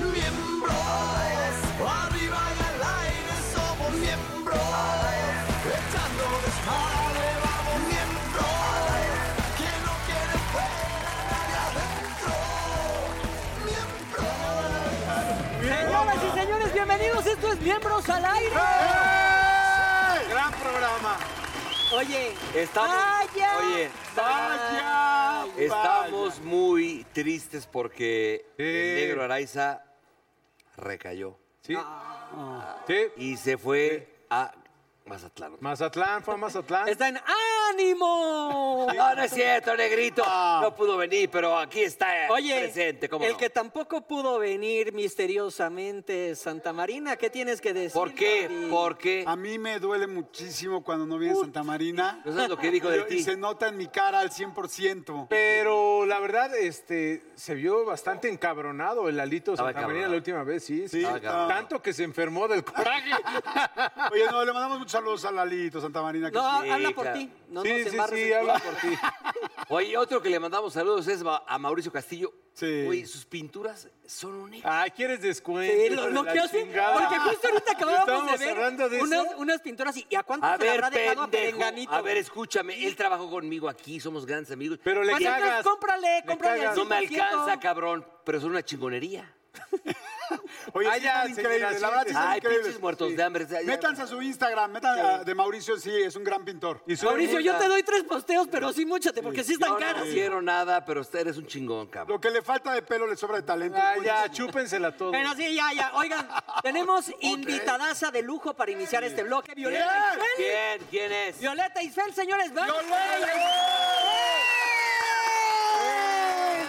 Miembros, arriba y al aire somos miembros, echando desmadre vamos miembros, quien no quiere fuera de adentro, miembros. Señoras y señores, bienvenidos. Esto es Miembros al Aire. Gran programa. Oye, Estamos, vaya. oye, Vaya. estamos muy tristes porque el Sí. negro Araiza recayó Ah. Sí. Sí. y se fue a Mazatlán. Mazatlán, Ah, fue a Mazatlán. Está en ánimo. No, no es cierto, negrito. Ah. Ah. No pudo venir, pero aquí está Oye, presente. ¿cómo el no? que tampoco pudo venir misteriosamente es Santa Marina, ¿qué tienes que decir? ¿Por qué? Gaby? ¿Por qué? A mí me duele muchísimo cuando no viene Santa Marina. ¿No sabes lo que dijo de Yo- Y ti? se nota en mi cara al 100%. Pero la verdad, este, se vio bastante encabronado el Alito Estaba Santa Marina encabronado. la última vez, sí. sí. Estaba encabronado. Tanto que se enfermó del coraje. Oye, no, le mandamos muchos saludos al Alito Santa Marina. que No, sí. Sí, habla por claro. ti. No sí, nos sí, embarres sí, en tu habla boca. por ti. Oye, otro que le mandamos saludos es ma- a Mauricio Castillo. Sí. Oye, sus pinturas son únicas. Ah, ¿quieres descuento? Sí, lo, lo que hace, porque justo ahorita acabábamos de Estábamos hablando ver de eso. unas, unas pinturas y, y a cuánto A se le ver, habrá dejado a pendejo, Perenganito. a ver, escúchame, él trabajó conmigo aquí, somos grandes amigos. Pero le Pues entonces cagas. cómprale, Le cómprale cagas. No al me 100%. alcanza, cabrón, pero son una chingonería. Oye, Ah, sí ya, están increíbles, la verdad sí están Ay, increíbles. pinches muertos Sí. de hambre. o sea, ya- Métanse a su Instagram, metan a- de Mauricio, sí, es un gran pintor. Y su Mauricio, hermana- yo te doy tres posteos, pero sí múchate, porque sí están Yo no caras. hicieron nada, pero usted eres un chingón, cabrón. Lo que le falta de pelo le sobra de talento. Ah, Muy- ya, chúpensela todo. Pero sí, ya, ya. Oigan, tenemos invitadaza de lujo para iniciar este bloque. Violeta Isfel. ¿Quién? ¿Quién es? Violeta Isfel, señores. ¡Vamos! ¡Eh!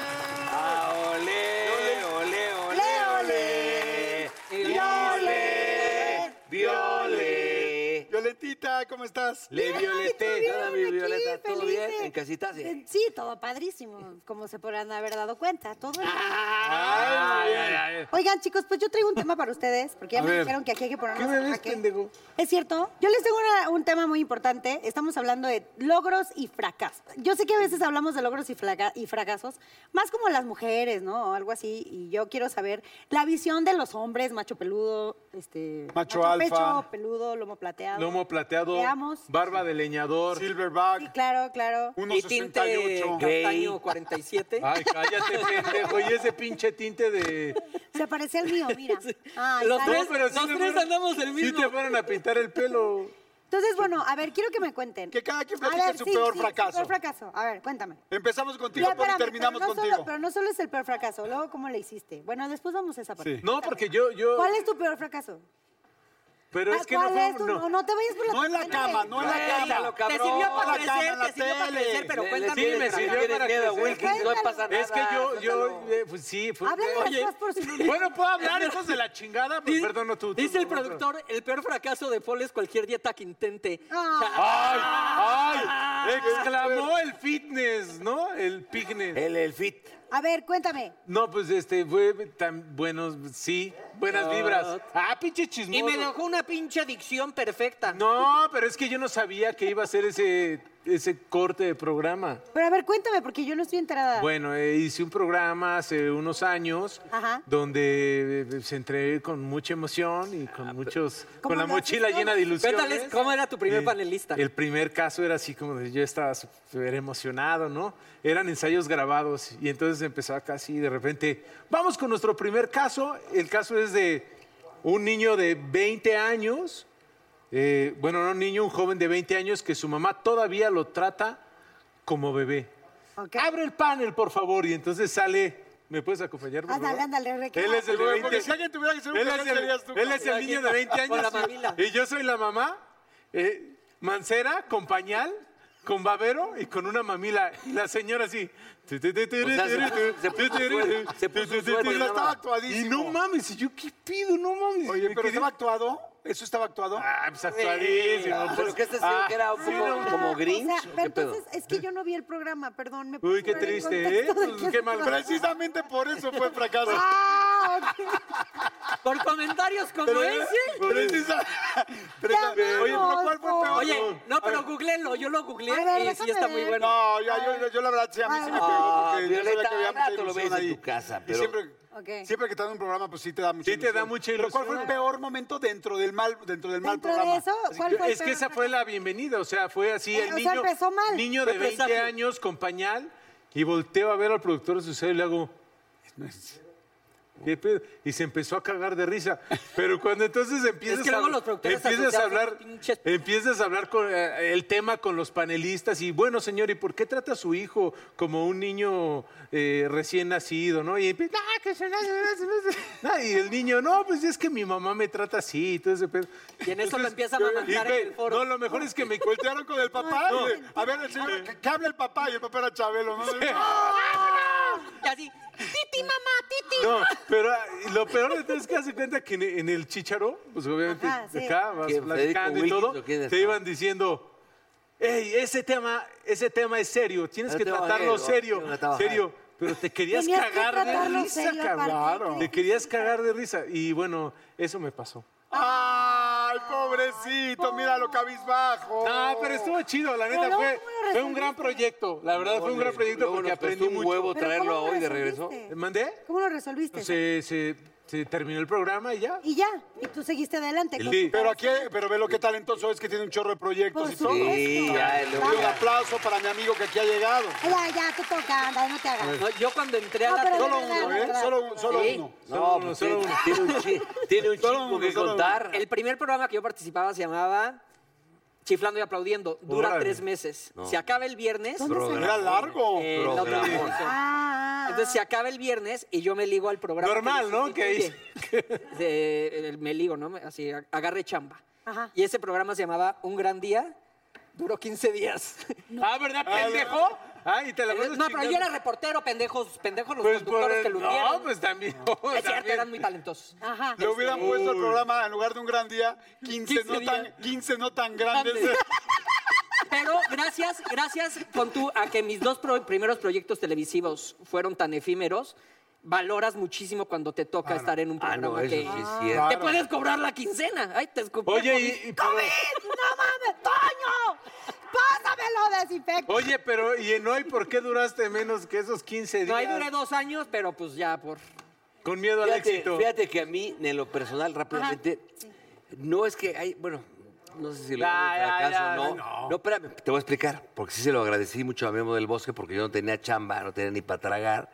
Ah, olé, olé, olé, olé. Viole, viole. Violetita, ¿cómo estás? Le violeté. estuvieron Hola, mi aquí, Violeta, ¿todo bien? felices. ¿En casita? Sí. Eh, Sí, todo padrísimo, como se podrán haber dado cuenta. Todo bien. Ah, Ay, ay, ay. Oigan, chicos, pues yo traigo un tema para ustedes, porque ya me dijeron que aquí hay que ponernos ¿Qué me al ves, jaque. pendejo? Es cierto. Yo les tengo una- un tema muy importante. Estamos hablando de logros y fracasos. Yo sé que a veces hablamos de logros y, fraca- y fracasos, más como las mujeres, ¿no? O algo así. Y yo quiero saber la visión de los hombres, macho peludo, este... Macho Pecho alfa. peludo, lomo plateado. Lomo plateado, Veamos. barba de leñador. Sí, Silverback, claro, claro. Y tinte 1.68. castaño 47. Ay, cállate, pendejo. Y ese pinche tinte de... Se parece al mío, mira. Ay, Los ay, tres, ay. pero sí los te tres fueron- andamos el Sí mismo. te fueron a pintar el pelo. Entonces, bueno, a ver, quiero que me cuenten. Que cada quien A platique su peor fracaso. Su peor fracaso. A ver, cuéntame. Empezamos contigo, Ya, Poli, espérame, terminamos pero no contigo. Solo, pero no solo es el peor fracaso, luego cómo le hiciste. Bueno, después vamos a esa parte. Sí. No, porque yo... yo ¿Cuál es tu peor fracaso? Pero Ah, es que no ¿Cuál fue... es tu- no. no, no te vayas por la No en la tangente. cama, no en la Cuéntalo, cama. Te cabrón. sirvió para la cama, crecer, la te sirvió para tele. crecer, pero Le- le cuéntame. tienes- me el sirvió le fracaso. tienes para miedo a crecer. Wilkins, no pasa nada. Es que yo, yo, suéltalo. eh, pues sí, fue... Háblale las Oye, cosas por su nombre. Bueno, puedo ¿eh? hablar, hijos de la chingada, pero Dice- perdón, no tú. tú, Dice el no, no, no. productor, el peor fracaso de Paul es cualquier dieta que intente. Ah. Ah, ¡Ay! ¡Ay! Exclamó el fitness, ¿no? El pignes. El, el fit. a ver, cuéntame. No, pues este, fue tan buenos, sí, buenas vibras. Ah, pinche chismoso. Y me dejó una pinche adicción perfecta. No, pero es que yo no sabía que iba a ser ese ese corte de programa. Pero a ver, cuéntame, porque yo no estoy enterada. Bueno, eh, hice un programa hace unos años Ajá. donde eh, se entregué con mucha emoción y con muchos ¿Cómo con la lo haces mochila todo? llena de ilusiones. Ah, Cuéntales cómo era tu primer Eh, panelista. El primer caso era así como de yo estaba súper emocionado, ¿no? Eran ensayos grabados y entonces empezaba casi de repente, vamos con nuestro primer caso. El caso es de un niño de 20 años, eh, bueno, no un niño, un joven de 20 años que su mamá todavía lo trata como bebé. Ok. Abre el panel, por favor, y entonces sale... ¿Me puedes acompañar, por Ándale, favor? ándale, reclama. Él es el de Porque 20. si alguien tuviera que ser un Él es cagante, el, serías tú, él es el Aquí niño de 20 con la años. mamila. y yo soy la mamá, eh, mancera, con pañal, con babero y con una mamila. Y la señora así. tu, tu, tu, tu, O sea, se tu, puso- se puso tu, tu, tu, suéter, tu, se puso tu, tu, suéter, tu, tu, nada estaba más. actuadísimo. Y no actuadísimo. mames, y yo qué pido, no mames. Oye, Me pero quedé- ¿estaba actuado? ¿Eso estaba actuado? Ah, pues actuadísimo. Ah, pues. Pero que este señor Ah, que era un Ah, poco como, o Grinch. sea, ¿o pero ¿Qué pedo? entonces es que yo no vi el programa, perdón. ¿me Uy, puedes qué poner en triste, ¿eh? contexto de Pues, qué mal. se trata? Precisamente por eso fue fracaso. Ah, ok. Por comentarios como eh, ese. Precisa- Ya, Precisa- Oye, pero ¿cuál fue peor? Oye, no, pero googleenlo, yo lo googleé A ver, y sí déjame está muy ver. bueno. No, ya, yo, yo, yo la verdad sí, a mí sí me pegó. Ah, porque yo sabía Violeta, que había ahora mucha tú lo ves ilusión en ahí. tu casa, Y pero- siempre, Ok. siempre que te dan un programa, pues sí te da mucha Sí te da mucha Pero ¿cuál fue ilusión. el peor momento dentro del mal, dentro del mal Dentro de programa? eso, Así ¿cuál que- fue el Es que peor? esa fue la bienvenida, Ah, o sea, fue así Eh, el o sea, niño, empezó mal. niño de Fue 20 presagio. años con pañal y volteo a ver al productor de su cel y le hago ¿Qué pedo? Y se empezó a cagar de risa. Pero cuando entonces empiezas, Es que a, luego los productores empiezas a asociados son hablar, pinches- empiezas a hablar con eh, el tema con los panelistas y bueno, señor, ¿y por qué trata a su hijo como un niño eh, recién nacido, no? Y, empie- "Ah, que se- no, no, no, no, no". y el niño, no, pues es que mi mamá me trata así y todo ese pedo. Y en eso lo Entonces, empieza a yo- mamantar y, en güey, el foro. No, lo mejor es que me Voltearon con el papá. No. y le- a ver, el señor, que, que hable el papá. Y el papá era Chabelo. ¿no? Y así, titi mamá, titi. No, pero ah, lo peor de todo es que hace cuenta que en, en el chicharo, pues obviamente Ajá, sí. acá vas ¿Quién, platicando Federico y todo, Wilkins o quién es? te iban diciendo, hey, ese tema, ese tema es serio, tienes Pero que te va a tratarlo ver, o- serio, te va a trabajar. serio. Pero te querías Tenías que cagar tratarlo de risa, serio, aparte, cabrón. qué Te querías cagar de risa. Y bueno, eso me pasó. Ay, pobrecito, mira lo cabizbajo. No, pero estuvo chido, la neta, luego, fue, ¿cómo lo fue un gran resolviste? proyecto. La verdad, fue un gran proyecto Luego porque nos costó aprendí un mucho. huevo ¿Pero traerlo cómo lo hoy de regreso. resolviste? ¿Mandé? ¿cómo lo resolviste? Se, se- se terminó el programa y ya. Y ya, y tú seguiste adelante. con Sí. tu Pero aquí, corazón. pero ve lo que talentoso es que tiene un chorro de proyectos Por y todo. supuesto. Sí, ya, el Y Un aplauso para mi amigo que aquí ha llegado. Ya, ya, te toca, anda, no te hagas. No, yo cuando entré a No, Pues, la pero de Solo tele- verdad, uno, de ¿eh? verdad. Solo, un- solo Sí. uno. No, Solo uno, pues solo tiene, uno. tiene un chi- tiene un Solo chingo uno, que solo uno. contar. El primer programa que yo participaba se llamaba Chiflando y Aplaudiendo. Dura Órale. tres meses. Se acaba el viernes. ¿Dónde se- Era largo. eh, la otra Programón. televisión. Ah, Entonces se acaba el viernes y yo me ligo al programa. que Normal, me ¿no? Que ahí- sustituye. De- eh, me ligo, ¿no? Así, ag- agarre chamba. Ajá. Y ese programa se llamaba Un Gran Día. Duró 15 días. Eh, Ah, ¿verdad, pendejo? Ah, y te la pasas No, pero yo chingando. era reportero, pendejos, pendejos los Pues por conductores el- que lo No, hundieron. pues también. es cierto, también. eran Este, muy talentosos. ajá. Ah, Le hubieran puesto el programa en lugar de un gran día, 15, 15 no, tan, días. 15 no tan grandes. Grandes. Pero gracias, gracias con tú a que mis dos pro- primeros proyectos televisivos fueron tan efímeros, valoras muchísimo cuando te toca estar en un Ah, programa no, eso que sí es te cierto. puedes cobrar la quincena. Ay, te escupí. Oye, COVID. y- y- pero- ¡COVID! ¡No mames, Toño! ¡Pásamelo, desinfecto! Oye, pero ¿y en hoy por qué duraste menos que esos 15 días? No, ahí duré dos años, pero pues ya por... Con miedo al Fíjate, éxito. fíjate que a mí, en lo personal, rápidamente, no es que hay, bueno, no sé si lo llaman Ya, ya, fracaso ya, o no. no. no. espérame, te voy a explicar, porque sí se lo agradecí mucho a Memo del Bosque, porque yo no tenía chamba, no tenía ni para tragar.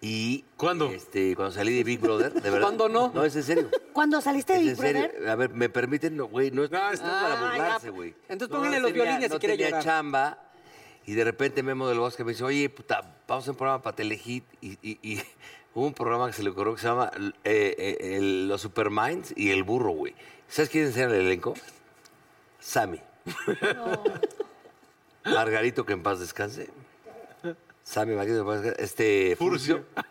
Y ¿Cuándo? Este, cuando salí de Big Brother, de verdad. ¿Cuándo no? No, es en serio. Cuando saliste de eh? Es Big en serio. Brother, A ver, me permiten, no, güey, no es No, está- no es para Ah, ya. burlarse, güey. Entonces No, pónganle no los tenía- violines si no quiere tenía llorar. chamba y de repente Memo del Bosque me dice, oye, puta, vamos a un programa para Telehit y, y- y hubo un programa que se le ocurrió que se llama eh, eh, el- Los Superminds y El Burro, güey. ¿Sabes quiénes eran el elenco? Sammy. Margarito, que en paz descanse. Sammy Margarito, que en paz descanse. Este, Furcio. Ah,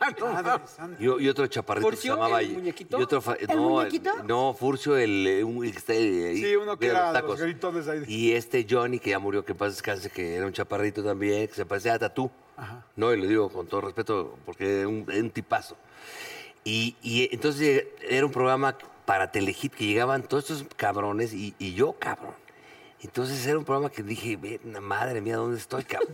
Ah, Y, y otro chaparrito que ¿Furcio, se llamaba... el muñequito? y otro fa- ¿El no, muñequito? no, Furcio, el, eh, un- el que está ahí, Sí, uno que de era los de tacos. los gritones ahí. Y este Johnny, que ya murió, que en paz descanse, que era un chaparrito también, que se parecía a Tatú. No, y lo digo con todo respeto, porque era un, era un tipazo. Y, y, eh, entonces eh, era un programa para Telehit que llegaban todos estos cabrones y, y yo, cabrón. Entonces era un programa que dije, "Ve, na- madre mía, ¿dónde estoy, cabrón?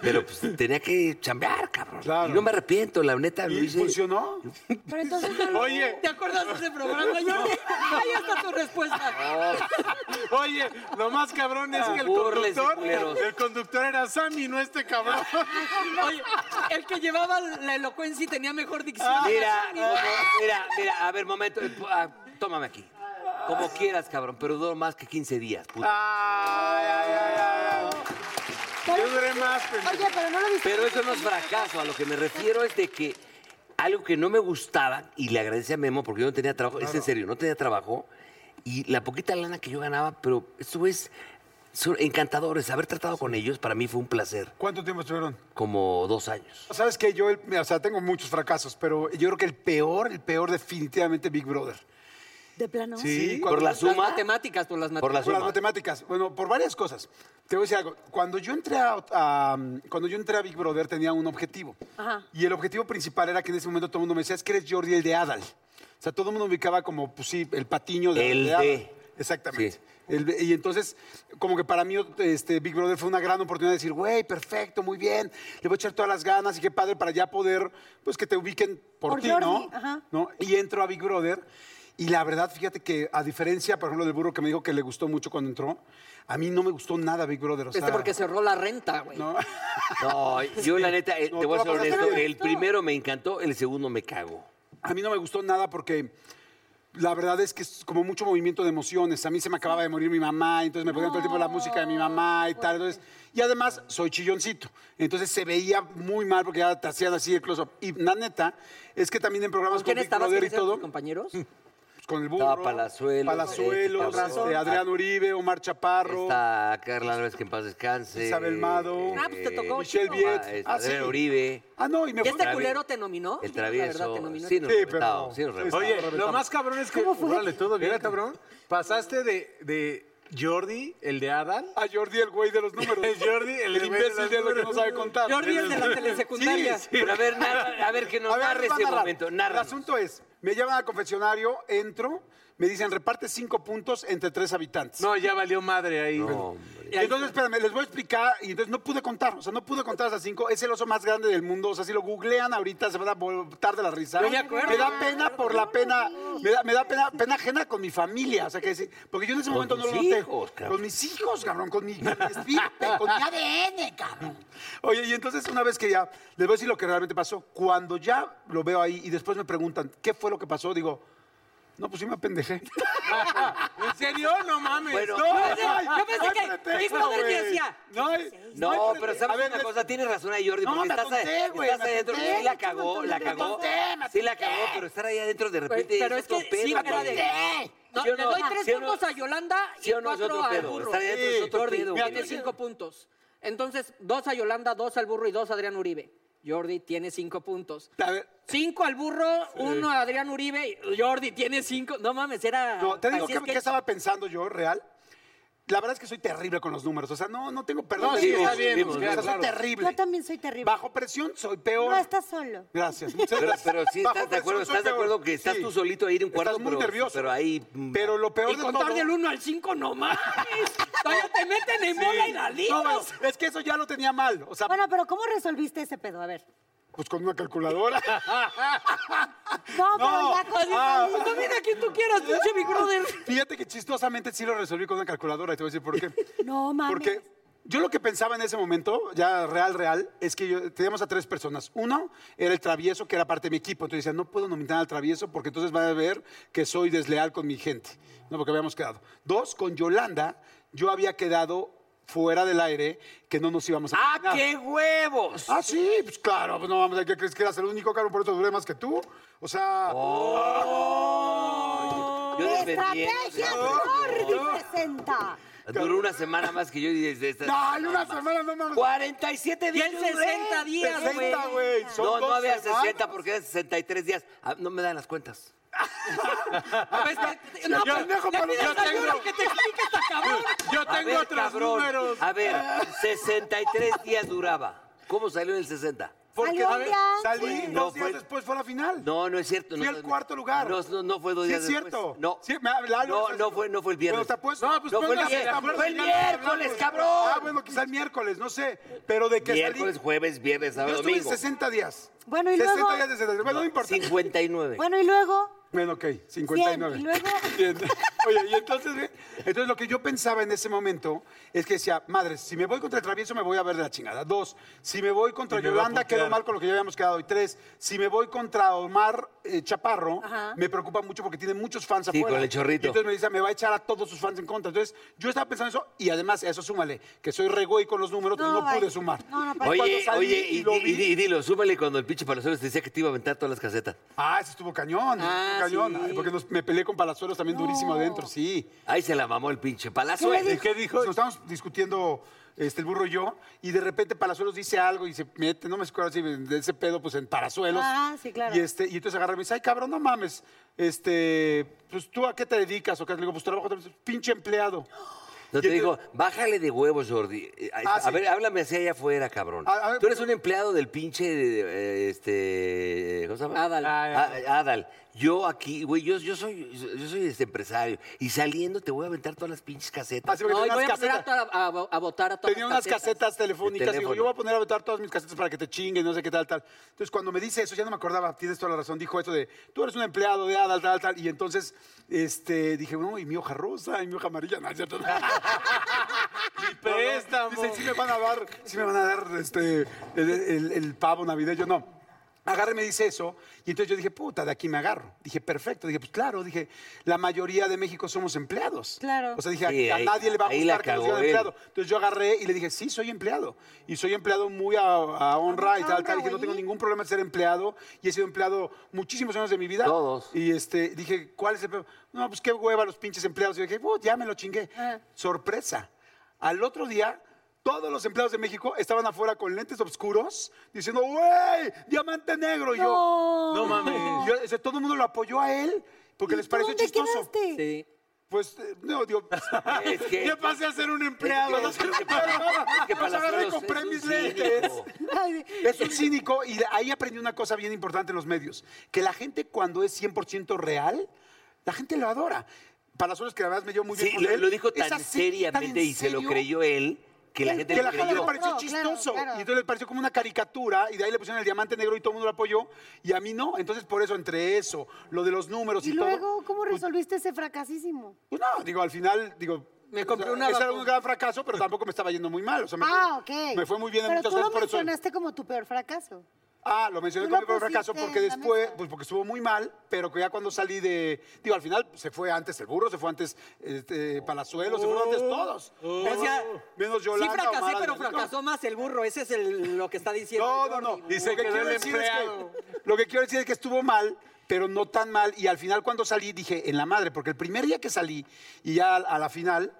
Pero pues tenía que chambear, cabrón. Claro. Y no me arrepiento, la neta. lo ¿Y hice- funcionó? Pero entonces, Oye, ¿Te acuerdas de ese programa? Ya, ahí está tu respuesta. Ah. oye, lo más cabrón es que el Burles de conductor, culeros. el conductor era Sammy, no este cabrón. Oye, el que llevaba la elocuencia y tenía mejor dicción. Mira, mira, mira, a ver, momento. eh, pu- ah, Tómame aquí. Como quieras, cabrón, pero duró más que 15 días. puta. Ay, ay, ay, ay, ay. Yo duré más, pendejo. oye, pero no lo viste. Pero eso no es fracaso, a lo que me refiero es de que algo que no me gustaba, y le agradecí a Memo porque yo no tenía trabajo, es en serio, no tenía trabajo, y la poquita lana que yo ganaba, pero eso es, son encantadores, haber tratado con ellos para mí fue un placer, ¿Cuánto tiempo estuvieron? como dos años. Sabes que yo, el- mira, o sea, tengo muchos fracasos, pero yo creo que el peor, el peor definitivamente Big Brother. ¿De plano? Sí, ¿Por la Las suma? matemáticas, por las Por la matemáticas. Por las suma. matemáticas. Bueno, por varias cosas. Te voy a decir algo. Cuando yo entré a, a- cuando yo entré a Big Brother tenía un objetivo. Ah. Ajá. Y el objetivo principal era que en ese momento todo el mundo me decía, es que eres Jordi el de Adal. O sea, todo el mundo me ubicaba como, pues sí, el patiño de, El Adal. de. Exactamente. Sí. El de- y entonces, como que para mí este, Big Brother fue una gran oportunidad de decir, güey, perfecto, muy bien, le voy a echar todas las ganas y qué padre para ya poder, pues que te ubiquen por, Por ti, Jordi, ¿no? ajá. ¿no? Y entro a Big Brother. Y la verdad, fíjate que a diferencia, por ejemplo, del burro que me dijo que le gustó mucho cuando entró, a mí no me gustó nada Big Brother. O sea, Este porque cerró la renta, güey. ¿no? No, yo la neta, eh, No, te voy a tú ser la pasaste honesto, bien. el primero me encantó, el segundo me cago. A mí no me gustó nada porque la verdad es que es como mucho movimiento de emociones. A mí se me acababa de morir mi mamá, entonces me ponían todo el tiempo la música de mi Ah, mamá y tal. Entonces, y además soy chilloncito. Entonces se veía muy mal porque ya te hacían así el close-up. Y la neta es que también en ¿Con programas Pues con quién Big estabas? Brother y ¿Quiénes eran todo, tus compañeros? pues, con el burro, Estaba Palazuelos, Palazuelos, este, Palazuelos. este, Ah. Adrián Uribe, Omar Chaparro. Está Carla Álvarez, que en paz descanse. eh, Isabel Mado. Ah, pues te tocó Michelle chido. Viet. Ah, es Ah, sí. Adrián Uribe. Ah, no, y me ¿Y fue- este culero te nominó? El La verdad, travieso. te nominó. Sí, nos Sí, reventaba, pero- sí nos sí, reventaba. Oye, lo más cabrón es que, órale, todo bien, cabrón. Pasaste de, de Jordi, el de Adal. A Jordi, el güey de los números. El Jordi, el El güey de imbécil los de lo que no números. sabe contar. Jordi es de la telesecundaria. Sí, sí. Pero a ver, narra- a ver que nos A ver, narre les voy a ese narrar. momento. El Narra. asunto es, me llaman al confesionario, entro, me dicen, reparte cinco puntos entre tres habitantes. No, ya valió madre ahí. Y entonces, espérame, les voy a explicar. Y entonces no pude contar, o sea, no pude contar hasta cinco. Es el oso más grande del mundo. O sea, si lo googlean ahorita se van a voltar de la risa. Yo me acuerdo. da pena por la pena, me da, me da pena, pena ajena con mi familia. O sea, que sí, porque yo en ese momento no tus lo noté. hijos, cabrón. Con mis hijos, cabrón, con mi, con mi estirpe, con mi ADN, cabrón. Oye, y entonces una vez que ya, les voy a decir lo que realmente pasó. Cuando ya lo veo ahí y después me preguntan, ¿qué fue lo que pasó? Digo, no, pues sí me apendejé. ¿En serio? No mames. Bueno, no. pensé- yo pensé que Big Brother te decía, No, hay- No, hay pero pretexto. sabes A ver, una les- cosa, tienes razón ahí, Jordi, No, porque me estás, a- atonté, güey, me estás ahí adentro, atonté, sí la cagó, la me cagó, atonté, me sí la atonté. cagó, pero estar ahí adentro de Güey, repente pero es otro que sí, pedo, era de... No, ¿Sí o le no? doy tres ¿Sí o no? puntos a Yolanda y ¿Sí o no? Es cuatro otro al pedo, burro. estar ahí adentro es otro Jordi pedo, güey. tiene cinco puntos. Entonces, dos a Yolanda, dos al burro y dos a Adrián Uribe. Jordi tiene cinco puntos. A ver, Cinco al burro, uno a Adrián Uribe. y Jordi tiene cinco. No mames, era... No, te digo parecía que, sketch. estaba pensando yo, real. La verdad es que soy terrible con los números. O sea, no, no tengo perdón. No, de sí, Dios. está bien, O pues, sea, claro, soy claro. terrible. Yo también soy terrible. Bajo presión soy peor. No estás solo. Gracias. muchas Pero, gracias. pero sí, Bajo estás de acuerdo, presión soy estás de peor. acuerdo que estás Sí. tú solito ahí en un cuarto, Estás muy pero, nervioso. pero ahí... mm, Pero lo peor Y de contar todo- del 1 al 5, no mames. Todavía te meten en bola y la No, libras. bueno, es que eso ya lo tenía mal. O sea, Bueno, pero ¿cómo resolviste ese pedo? A ver. pues con una calculadora. ah, No, pero ya con... Ah, no, mira quien tú quieras, pinche Big Brother. Fíjate que chistosamente sí lo resolví con una calculadora y te voy a decir por qué. No mames. Porque yo lo que pensaba en ese momento, ya real, real, es que yo- teníamos a tres personas. Uno era el travieso, que era parte de mi equipo. Entonces decía, no puedo nominar al travieso porque entonces van a ver que soy desleal con mi gente. No, porque habíamos quedado. Dos, con Yolanda, yo había quedado fuera del aire que no nos íbamos a ¡Ah, nominar. qué huevos! Ah, sí, pues claro, pues no vamos, ¿qué crees que eras el único, cabrón? Por eso duré más que tú. O sea, Yo defendí. Estrategia Jordi presenta. Duró una semana más que yo y desde esta... no, en una semana no mames. 47 Y días. en duré. 60 días, güey. 60, güey. son No, no dos había 60 semanas. porque eran 63 días. Ah, no me dan las cuentas. Pues, que- no, Yo pero dejo le para- pides yo ayuda tengo- que te explique esta cabrón. Yo A tengo ver, otros cabrón. números. A ver, 63 días duraba. ¿Cómo salió en el 60? Porque Salió a un ver, día. salí No, pues, dos días fue- después fue a la final. No, no es cierto. Fui no al fue- cuarto lugar. No, no, no fue dos Sí, días es después. cierto. No, Sí, me- Lalo, no, ¿sabes? no fue, no fue el viernes. Pero te apuesto. No, pues No, fue el póngase, viernes. te apuesto Fue el que ya no miércoles, hablamos. cabrón. Ah, bueno, quizá el miércoles, no sé. Pero de que Miércoles, salí. jueves, viernes, Yo sábado, estuve domingo. 60 días. Bueno, y 60 luego. días de 60. Bueno, no importa. 59. Bueno, y luego. Bueno, ok, 59. Cien, y luego- Bien. Oye, y entonces, ¿ve? entonces lo que yo pensaba en ese momento es que decía, madre, si me voy contra el travieso me voy a ver de la chingada. Dos, si me voy contra Y me va a Yolanda, putear. quedo mal con lo que ya habíamos quedado. Y tres, si me voy contra Omar eh, Chaparro, Ajá. me preocupa mucho porque tiene muchos fans Sí, afuera. con el chorrito. Y entonces me dice, me va a echar a todos sus fans en contra. Entonces, yo estaba pensando eso y además, a eso súmale, que soy re güey con los números, pues No, no, vaya. pude sumar. No, no, para- Y cuando Oye, salí oye, y, lo di- y vi- di- y dilo, súmale cuando el pinche Palazuelos te decía que te iba a aventar todas las casetas. Ah, eso estuvo cañón, Ah, estuvo cañón. sí. Ay, Porque nos- me peleé con Palazuelos también durísimo adentro, sí. Ahí se la mamó el pinche ¿Y Palazuelos. qué dijo? Nos estábamos discutiendo este, el burro y yo, y de repente Palazuelos dice algo y se mete, no me acuerdo si de ese pedo, pues en Palazuelos. Ah, sí, claro. Y, este, y entonces agarra y me dice, ay, cabrón, no mames, este, pues tú a qué te dedicas, o qué, le digo, pues trabajo, pinche empleado. No te Y digo, bájale de huevos, Jordi. Eh, A, Ah, sí. Ah. a ver, háblame así allá afuera, cabrón. A- a ver, Tú eres un empleado del pinche, eh, este, ¿cómo se llama? Adal. Ah, ah, Adal. Yo aquí, güey, yo, yo soy, yo soy este empresario y saliendo te voy a aventar todas las pinches casetas. Así Ah, porque No, y tenía voy unas a poner a, casetas. toda- a- a votar a todas Tenía las unas casetas telefónicas, De digo, teléfono. yo voy a poner a vetar todas mis casetas para que te chinguen, no sé qué tal, tal. Entonces, cuando me dice eso, ya no me acordaba, tienes toda la razón, dijo eso de, tú eres un empleado de Adal, tal, tal, y entonces, este, dije, no, y mi hoja rosa, y mi hoja amarilla, no, es cierto. Mi préstamo. Dice, sí me van a dar, sí me van a dar, este, el, el- el pavo navideño, no. Agarra y me dice eso, y entonces yo dije, puta, de aquí me agarro. Dije, perfecto. Dije, pues claro, dije, la mayoría de México somos empleados. Claro. O sea, dije, Sí, a, a ahí- nadie le va a ahí la gustar que nos cagó digan él. empleado. Entonces yo agarré y le dije, sí, soy empleado. Y soy empleado muy a, a honra y Mucha tal, tal. honra, Dije, no güey. tengo ningún problema en ser empleado. Y he sido empleado muchísimos años de mi vida. Todos. Y este, dije, ¿cuál es el problema? No, pues qué hueva los pinches empleados. Y dije, "Oh, ya me lo chingué. Sorpresa. Al otro día... Todos los empleados de México estaban afuera con lentes oscuros diciendo, ¡Güey! ¡Diamante negro! Y yo, No. No mames. y yo, o sea, todo el mundo lo apoyó a él porque ¿Y les tú pareció dónde chistoso. quedaste? Sí. Pues, eh, no, digo, Es que- ya pasé a ser un empleado. es que- es Los agarré y que Palazuelos- es que Palazuelos compré es un mis lentes. cínico. Ay, Es un cínico y de ahí aprendí una cosa bien importante en los medios, que la gente cuando es 100% real, la gente lo adora. Palazuelos que además me llevo muy bien Sí, con lo, él, lo dijo es tan así, seriamente tan en y se lo serio, creyó él que la gente que le la gente le creyó. pareció No, claro, chistoso. claro. Y entonces le pareció como una caricatura y de ahí le pusieron el diamante negro y todo el mundo lo apoyó y a mí no. Entonces por eso, entre eso, lo de los números y, Y luego, todo... ¿cómo pues, resolviste ese fracasísimo? Pues no, digo, al final, digo. Me compré una Ese era vacuna. un gran fracaso, pero tampoco me estaba yendo muy mal. O sea, me Ah, fue, ok. Me fue muy bien en Pero muchas tú cosas, lo por eso. mencionaste como tu peor fracaso. Ah, lo mencioné Tú como mi lo peor fracaso pusiste porque en la después, mesa. pues porque estuvo muy mal, pero que ya cuando salí de. Digo, al final se fue antes el burro, se fue antes este, Palazuelo, se fueron antes todos. O sea, menos sí Yolanda. fracasé, Omar, pero Adrián. fracasó más el burro. Ese es el- lo que está diciendo. No, no, no. Jordi. Y se Lo que quedó quiero el decir es que- empleado. lo que quiero decir es que estuvo mal, pero no tan mal. Y al final, cuando salí, dije, en la madre, porque el primer día que salí y ya a la final,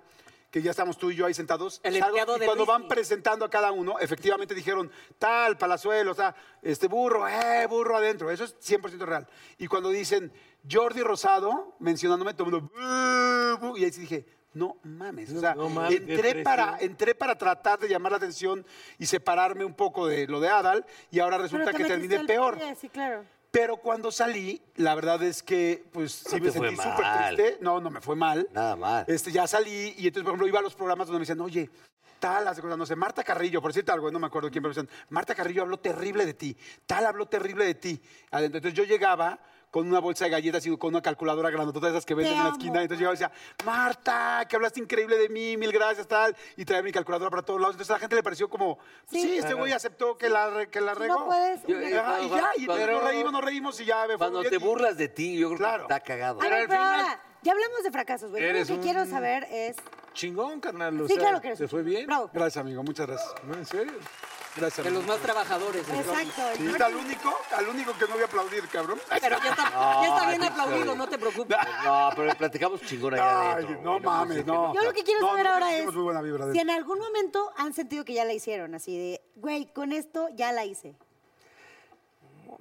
que ya estamos tú y yo ahí sentados, El empleado y de cuando van Luismi. presentando a cada uno, efectivamente dijeron, tal, Palazuelo, tal, este burro, eh, burro adentro. Eso es 100% real. Y cuando dicen Jordi Rosado, mencionándome, todo el mundo, "Bu, bu", y ahí sí dije, no mames. O sea, No mames, qué entré para presión. entré para tratar de llamar la atención y separarme un poco de lo de Adal y ahora resulta Pero te que metiste terminé al peor. pie, Eh, Sí, claro. Pero cuando salí, la verdad es que pues sí No me te fue sentí súper mal. triste. No, no me fue mal. Nada mal. Este, ya salí y entonces, por ejemplo, iba a los programas donde me decían, oye, tal, hace cosas, no sé, Marta Carrillo, por cierto, algo, no me acuerdo quién, pero me decían, Marta Carrillo habló terrible de ti, tal habló terrible de ti. Adentro. Entonces yo llegaba con una bolsa de galletas y con una calculadora grandotota de esas que venden en la amo. esquina. Entonces yo decía, Marta, que hablaste increíble de mí, mil gracias, tal. Y traía mi calculadora para todos lados. Entonces a la gente le pareció como, sí, este güey aceptó que la, re- que la No regó. puedes- Yo- eh, ajá, y ya, y Cuando- nos reímos, nos reímos y ya. me fue Cuando bien. te burlas de ti, yo creo Claro. que está cagado. A Pero ver, al pero final- ahora, ya hablamos de fracasos, güey. Yo Lo Eres que quiero un- saber es... Chingón, carnal. o Sí, sea, claro que eres ¿Te un- fue bien? Bravo. Gracias, amigo, muchas gracias. No, en serio. Gracias, De amigo. los más trabajadores. el Jordi. Exacto. el ¿Viste al único? Al único que no voy a aplaudir, cabrón. Pero ya está, ya está bien aplaudido, no te preocupes. No, pero platicamos chingón allá Ay, adentro. no güey, mames, no. Yo lo que quiero No, saber no, ahora hicimos es muy buena vibra de si eso. en algún momento han sentido que ya la hicieron, así de, güey, con esto ya la hice.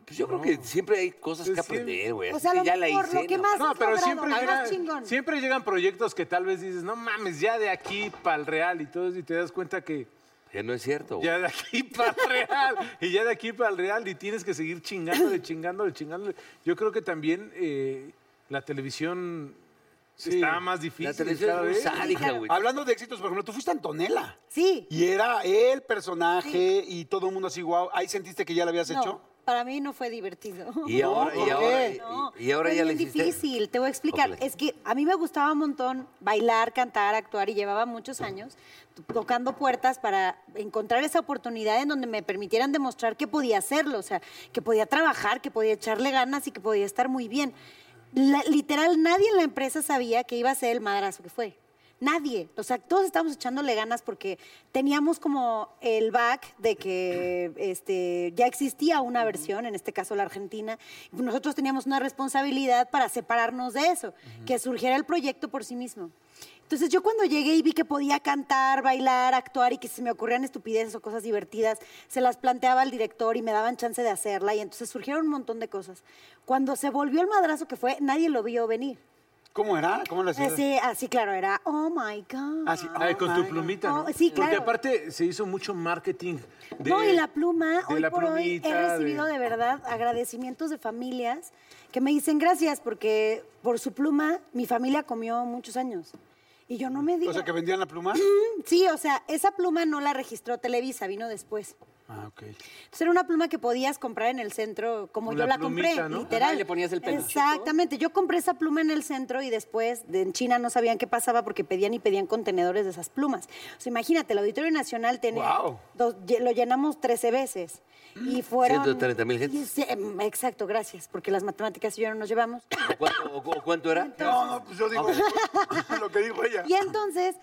Pues yo creo que siempre hay cosas que aprender, güey. O así sea, a que lo ya la mejor, hice. lo que ¿no? más- No, has pero logrado, siempre, al llega- más chingón. siempre llegan proyectos que tal vez dices, no mames, ya de aquí para el real y todo eso, y te das cuenta que Ya no es cierto, güey. Ya de aquí para el real. Y ya de aquí para el real. Y tienes que seguir chingándole, chingándole, chingándole. Yo creo que también eh, la televisión está más difícil. La televisión es cada muy vez. sádica, güey. Hablando de éxitos, por ejemplo, tú fuiste Antonella. Sí. Y era el personaje y todo el mundo así, wow. ¿Ahí sentiste que ya lo habías No, hecho? Para mí no fue divertido. Y ahora, ¿por y ahora, qué? y- No, y ahora fue ya le bien hiciste. difícil, te voy a explicar. Ópale. Es que a mí me gustaba un montón bailar, cantar, actuar y llevaba muchos años to- tocando puertas para encontrar esa oportunidad en donde me permitieran demostrar que podía hacerlo, o sea, que podía trabajar, que podía echarle ganas y que podía estar muy bien. La- literal, nadie en la empresa sabía que iba a ser el madrazo que fue. Nadie. O sea, todos estábamos echándole ganas porque teníamos como el back de que este, ya existía una versión, en este caso la Argentina. Nosotros teníamos una responsabilidad para separarnos de eso, que surgiera el proyecto por sí mismo. Entonces yo cuando llegué y vi que podía cantar, bailar, actuar y que se me ocurrían estupideces o cosas divertidas, se las planteaba al director y me daban chance de hacerla y entonces surgieron un montón de cosas. Cuando se volvió el madrazo que fue, nadie lo vio venir. ¿Cómo era? ¿Cómo lo hacías? Así, así claro, era, oh my God. Así, Ah, y con tu plumita, ¿no? Oh, sí, Porque claro. aparte se hizo mucho marketing. de- no, y la pluma, de hoy la por hoy he plumita, recibido de... verdad agradecimientos de familias que me dicen gracias porque por su pluma mi familia comió muchos años. Y yo no me digo. O sea, que vendían la pluma. Sí, o sea, esa pluma no la registró Televisa, vino después. Ah, ok. Entonces era una pluma que podías comprar en el centro, como Con yo la la, plumita, compré, ¿no? literal. Ajá, y le ponías el peluchito. Exactamente, yo compré esa pluma en el centro y después de- en China no sabían qué pasaba porque pedían y pedían contenedores de esas plumas. O sea, imagínate, el Auditorio Nacional tenía, Guau. dos- lle- lo llenamos 13 veces y fueron... 130,000 gentes. Y- sí, em, exacto, gracias, porque las matemáticas y yo no nos llevamos. ¿O cuánto, o- o cuánto era? No, no, pues yo digo lo que dijo ella. Y entonces,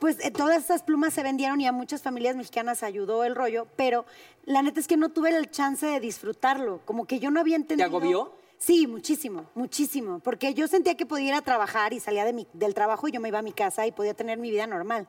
pues eh, todas estas plumas se vendieron y a muchas familias mexicanas ayudó el rollo, pero la neta es que no tuve el chance de disfrutarlo, como que yo no había entendido. agobió? Sí, muchísimo, muchísimo, porque yo sentía que podía ir a trabajar y salía de mi- del trabajo y yo me iba a mi casa y podía tener mi vida normal.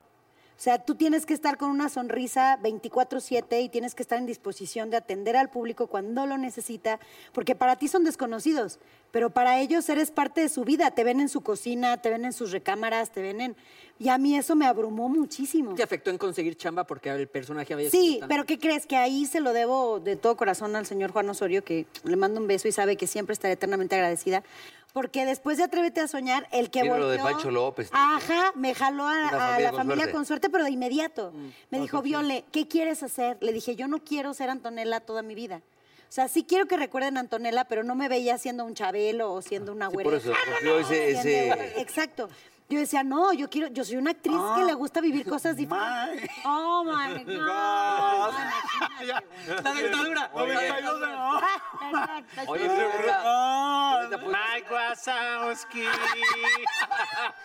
O sea, tú tienes que estar con una sonrisa 24/7 y tienes que estar en disposición de atender al público cuando lo necesita, porque para ti son desconocidos, pero para ellos eres parte de su vida, te ven en su cocina, te ven en sus recámaras, te ven en... Y a mí eso me abrumó muchísimo. ¿Te afectó en conseguir chamba porque el personaje había sido Sí, tan- pero ¿qué crees? Que ahí se lo debo de todo corazón al señor Juan Osorio, que le mando un beso y sabe que siempre estaré eternamente agradecida. Porque después de Atrévete a Soñar, el que Vino volvió... lo de Pancho López, Ah, ¿no? Ajá, me jaló a, Este, Una a familia la con familia suerte. Mm, con suerte, pero de inmediato. me dijo, Viole, ¿qué quieres hacer? Le dije, yo no quiero ser Antonella toda mi vida. O sea, sí quiero que recuerden a Antonella, pero no me veía siendo un Chabelo o siendo una Ah, Sí, güera. Ah, por eso, Ah, cogió ese, ese- Exacto. Yo decía, no, yo quiero, yo soy una actriz Ah, que le gusta vivir cosas diferentes. Oh my God. Ya. La dentadura. Oye, La ay, no, dentadura. no. Perdón, perdón. Oye, pero ahorita- Ah, ahorita, pues, Mike Wazowski.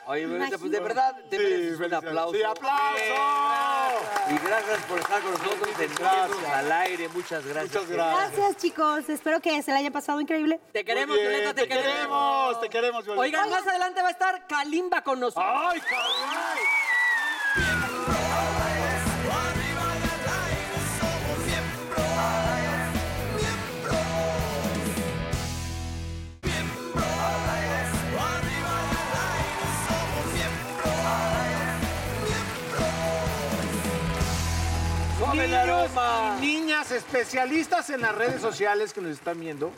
oye, pero ahorita, pues, de Imagínate. verdad, te mereces un felicidades. aplauso. Sí, aplauso. Y gracias por estar con nosotros en Riesgos al aire. Muchas gracias. Muchas gracias. Gracias, chicos. Espero que se la hayan pasado increíble. Te queremos, Muy bien, Violeta, te, te queremos, te queremos, Violeta. Oigan, más adelante va a estar Kalimba con nosotros. ¡Ay, caray! Arriba y al aire somos miembros, miembros, miembros. Arriba y al aire somos miembros, Come el Niños aroma. y niñas especialistas en las redes sociales que nos están viendo.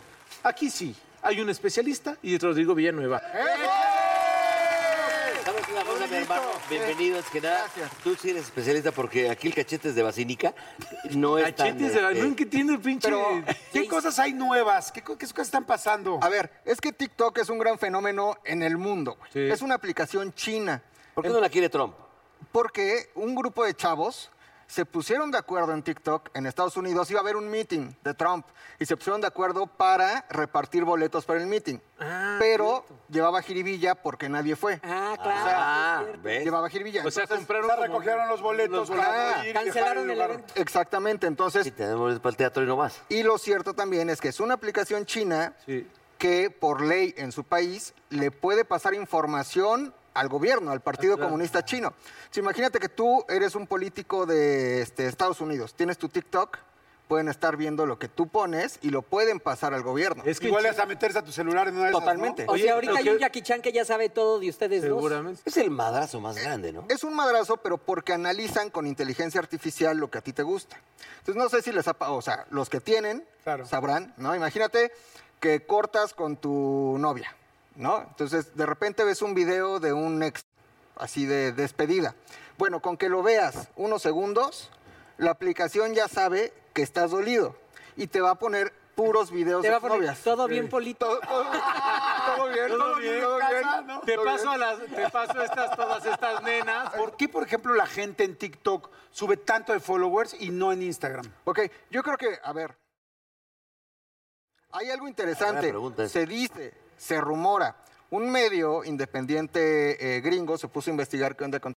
Aquí sí, hay un especialista y Rodrigo Villanueva. ¿Sabes qué? Hola, mi hermano. Bienvenido, es que nada. Tú sí eres especialista porque aquí el cachete es de basílica. No es tan... Cachetes de la... este, Eh, Nunca entiendo el pinche... Pero, ¿qué cosas hay nuevas? ¿Qué, co- qué cosas están pasando? A ver, es que TikTok es un gran fenómeno en el mundo. güey. Sí. Es una aplicación china. ¿Por qué no la quiere Trump? Porque un grupo de chavos se pusieron de acuerdo en TikTok en Estados Unidos. Iba a haber un meeting de Trump y se pusieron de acuerdo para repartir boletos para el meeting. Pero llevaba jiribilla porque nadie fue. Ah, claro. Ah, ¿ves? Llevaba jiribilla. O sea, Entonces, Pues compraron... Ya como- recogieron los boletos, los Ah, para boletos. no ir y dejar Ah, Cancelaron el lugar. evento. Exactamente. Entonces, Si tenemos para el teatro y no vas. y lo cierto también es que es una aplicación china Sí. que por ley en su país le puede pasar información al gobierno, al Partido Comunista Chino. Si imagínate que tú eres un político de este, Estados Unidos, tienes tu TikTok, pueden estar viendo lo que tú pones y lo pueden pasar al gobierno. Es que en Igual China- es a meterse a tu celular en una de esas, ¿no? Totalmente. O Oye, sea, ahorita lo hay que- un Jackie Chan que ya sabe todo de ustedes dos. Seguramente. Es el madrazo más grande, ¿no? Es un madrazo, pero porque analizan con inteligencia artificial lo que a ti te gusta. Entonces, no sé si les ha pa- o sea, los que tienen Claro. sabrán, ¿no? Imagínate que cortas con tu novia, ¿no? Entonces, de repente ves un video de un ex, así de despedida. Bueno, con que lo veas unos segundos, la aplicación ya sabe que estás dolido y te va a poner puros videos Te va de a tus poner novias. todo bien polito. Todo, todo- todo bien, todo, bien, todo bien. Te paso, a las, te paso estas, todas estas nenas. ¿Por qué, por ejemplo, la gente en TikTok sube tanto de followers y no en Instagram? Ok, yo creo que, a ver. Ah, Hay algo Buena interesante. pregunta esa. Se dice, se rumora. Un medio independiente eh, gringo se puso a investigar qué onda con.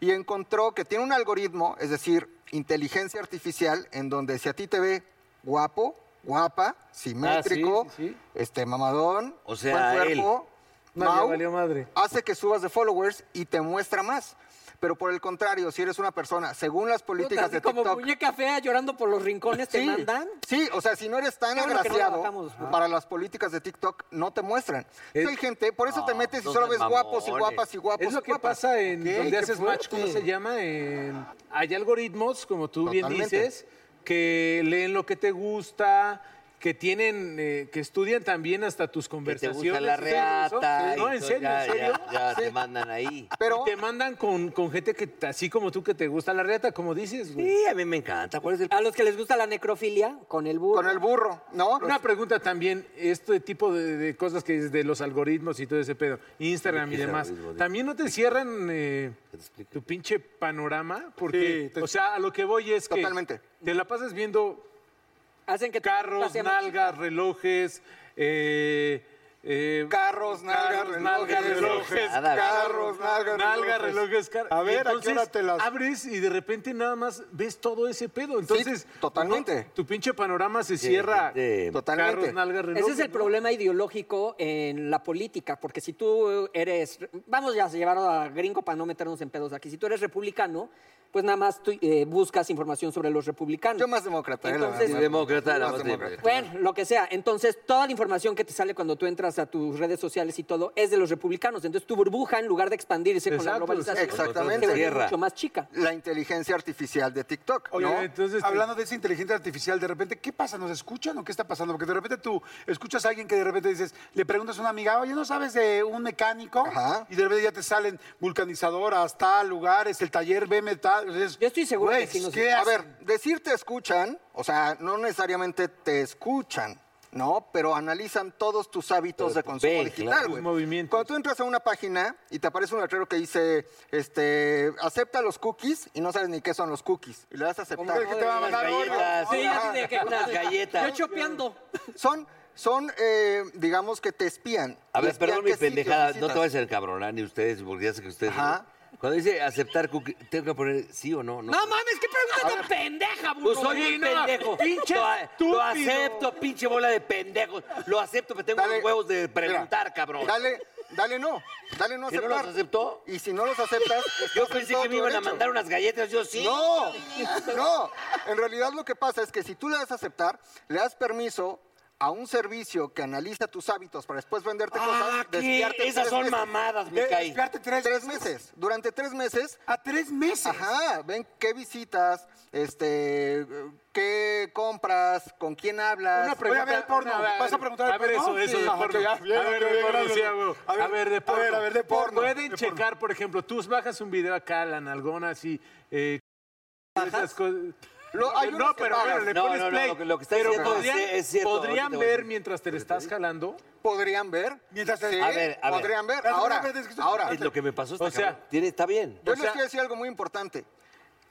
Y encontró que tiene un algoritmo, es decir, inteligencia artificial, en donde si a ti te ve guapo, guapa, simétrico, Ah, sí, sí. este mamadón, O sea, buen él. cuerpo, No, ya mau, valió madre. hace que subas de followers y te muestra más. Pero por el contrario, si eres una persona, según las políticas Puta, así de como TikTok, muñeca fea llorando por los rincones te mandan. sí, o sea, si no eres tan Qué bueno que no la agraciado, bajamos, pues. ¿no? para las políticas de TikTok no te muestran. Sí, Hay gente, por eso te metes y no solo sean ves guapos y mamones. guapas y guapos. Es lo y que guapas. pasa en ¿Qué? donde Qué haces match, ¿cómo fuerte. se llama? En- hay algoritmos, como tú bien Totalmente. dices, que leen lo que te gusta, que tienen, eh, que estudian también hasta tus Que te conversaciones. gusta la y todo eso. reata. No, y en todo, serio, ya, en serio. Ya, ya te mandan ahí. Pero Y te mandan con, con gente que, t- así como tú, que te gusta la reata, como dices, güey. Sí, a mí me encanta. ¿Cuál es el...? A los que les gusta la necrofilia, con el burro. con el burro, ¿no? Una pregunta también, este tipo de, de cosas que es de los algoritmos y todo ese pedo, Instagram y Ese demás, algoritmo, sí. ¿también no te cierran eh, te explique. tu pinche panorama? Porque, Sí, te- o sea, a lo que voy es que Totalmente. te la pasas viendo Hacen que tu puta carros, sea más nalgas, relojes, eh, eh, Carros, nalgas, carros, relojes, relojes, nada, carros, nalgas, Nalgas, relojes, car- A y ver, ¿a qué entonces hora te las- abres y de repente nada más ves todo ese pedo. Entonces, totalmente. tu pinche panorama se cierra. gente- Totalmente. Carros, nalgas, relojes. Ese es el ¿no? problema ideológico en la política, porque si tú eres, vamos ya a llevarlo a gringo para no meternos en pedos aquí, si tú eres republicano, pues nada más tú, eh, buscas información sobre los republicanos. Yo más demócrata, eh, la Entonces- verdad. Demócrata, Yo la más más demócrata. Bueno, lo que sea. Entonces, toda la información que te sale cuando tú entras a tus redes sociales y todo es de los republicanos. Entonces, tu burbuja, en lugar de expandirse con la Exacto, globalización, exactamente. se vuelve Cierra. mucho más chica. La inteligencia artificial de TikTok, Oye, ¿no? entonces te- hablando de esa inteligencia artificial, de repente, ¿qué pasa? ¿Nos escuchan o qué está pasando? Porque de repente tú escuchas a alguien que de repente dices, le preguntas a una amiga, oye, ¿no sabes de un mecánico? Ajá. Y de repente ya te salen vulcanizadoras, tal, lugares, el taller, veme, tal. Yo estoy seguro que sí sí nos- ¿qué A haces? ver, decir te escuchan, o sea, no necesariamente te escuchan, ¿no? Pero analizan todos tus hábitos de Pero consumo ven, digital, claro. güey. Tus movimientos. Cuando tú entras a una página y te aparece un letrero que dice, este, acepta los cookies y no sabes ni qué son los cookies. Y le das a ¿Cómo aceptar. crees que te va a Unas mandar Oreo? galletas. Sí, así de que- Unas galletas. Yo chopeando. Son, son eh, digamos que te espían. A Y pues, ver, espían perdón qué mi sitios pendejada, no visitas. te vayas a encabronar ni ustedes, porque ya sé que ustedes... Ajá. Cuando dice aceptar cookie, tengo que poner sí o no. No, No mames, qué pregunta tan pendeja, burro. Pues soy un pendejo. pinche lo, estúpido. lo acepto, pinche bola de pendejos. Lo acepto, pero tengo Dale. los huevos de preguntar, Mira, cabrón. Dale, dale no, dale no ¿Que no aceptar. los aceptó? Y si no los aceptas, Yo estás en pensé todo que me tu iban a derecho. mandar unas galletas, yo sí. No, no. En realidad lo que pasa es que si tú le das a aceptar, le das permiso a un servicio que analiza tus hábitos para después venderte Ah, cosas, ¿qué? desviarte Esas tres son meses. mamadas, me Eh, cae. desviarte tres, tres meses. Durante tres meses. ¿A tres meses? Ajá, ven qué visitas, este, qué compras, con quién hablas. Una pregunta. Voy a ver el porno. ¿Vas a preguntar el A ver, porno? eso, eso Sí. de Ah, porno. ok, ya. A Bien, ver, ok, de bien, porno, bien, sí, bien. a huevo. A ver, A ver, de porno. A ver, a ver, de porno. Pueden De checar, por ejemplo, tú bajas un video acá, la nalgona, así. eh, esas cosas. Lo- hay unos no, que pero pagan. bueno, le No, pones no, no, play. lo que- lo que está pero diciendo es- podrían, es cierto, podrían ahorita te voy a ver decir. mientras te le estás jalando. Podrían ver. Mientras te- Sí, A ver, a ver. Podrían ver. Pero, Ahora, pero, pero, es que- ahora. Es lo que me pasó. O Está sea- cabrón. Tiene- está bien. Yo O sea- les quiero decir algo muy importante.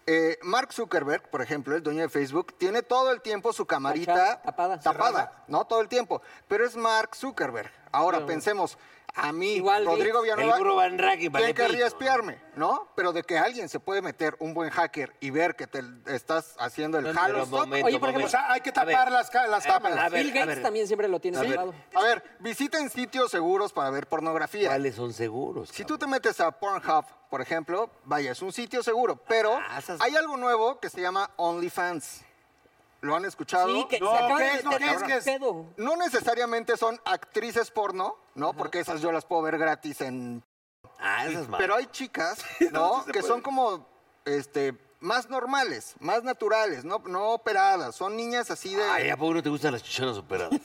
Eh, Mark Zuckerberg, por ejemplo, el dueño de Facebook, tiene todo el tiempo su camarita Tachada, tapada. tapada, ¿no? Todo el tiempo. Pero es Mark Zuckerberg. Ahora pensemos, a mí, Igual Rodrigo El Villanueva, burro Van Racky, ¿quién Palepito, querría ¿no? espiarme? ¿No? Pero de que alguien se puede meter un buen hacker y ver que te estás haciendo el Pero halo. momento, Oye, por momento. ejemplo, O sea, hay que A ver, tapar las, ca- las a ver, cámaras. a ver, Bill Gates ver. también siempre lo tiene A ver. salvado. A ver, visiten sitios seguros para ver pornografía. ¿Cuáles son seguros? Si tú cabrón? te metes a Pornhub, por ejemplo, vaya, es un sitio seguro, pero Ah, esas- hay algo nuevo que se llama OnlyFans. ¿Lo han escuchado? Sí, que No, se acaba ¿qué de es? No, meter ¿qué es? un ¿Qué es? pedo. No necesariamente son actrices porno, ¿no? Porque esas yo las puedo ver gratis en... Ah, esas Pero hay chicas, ¿no? que son como, este, más normales, más naturales, no, no operadas. Son niñas así de... Ay, ¿a poco no te gustan las chichonas operadas?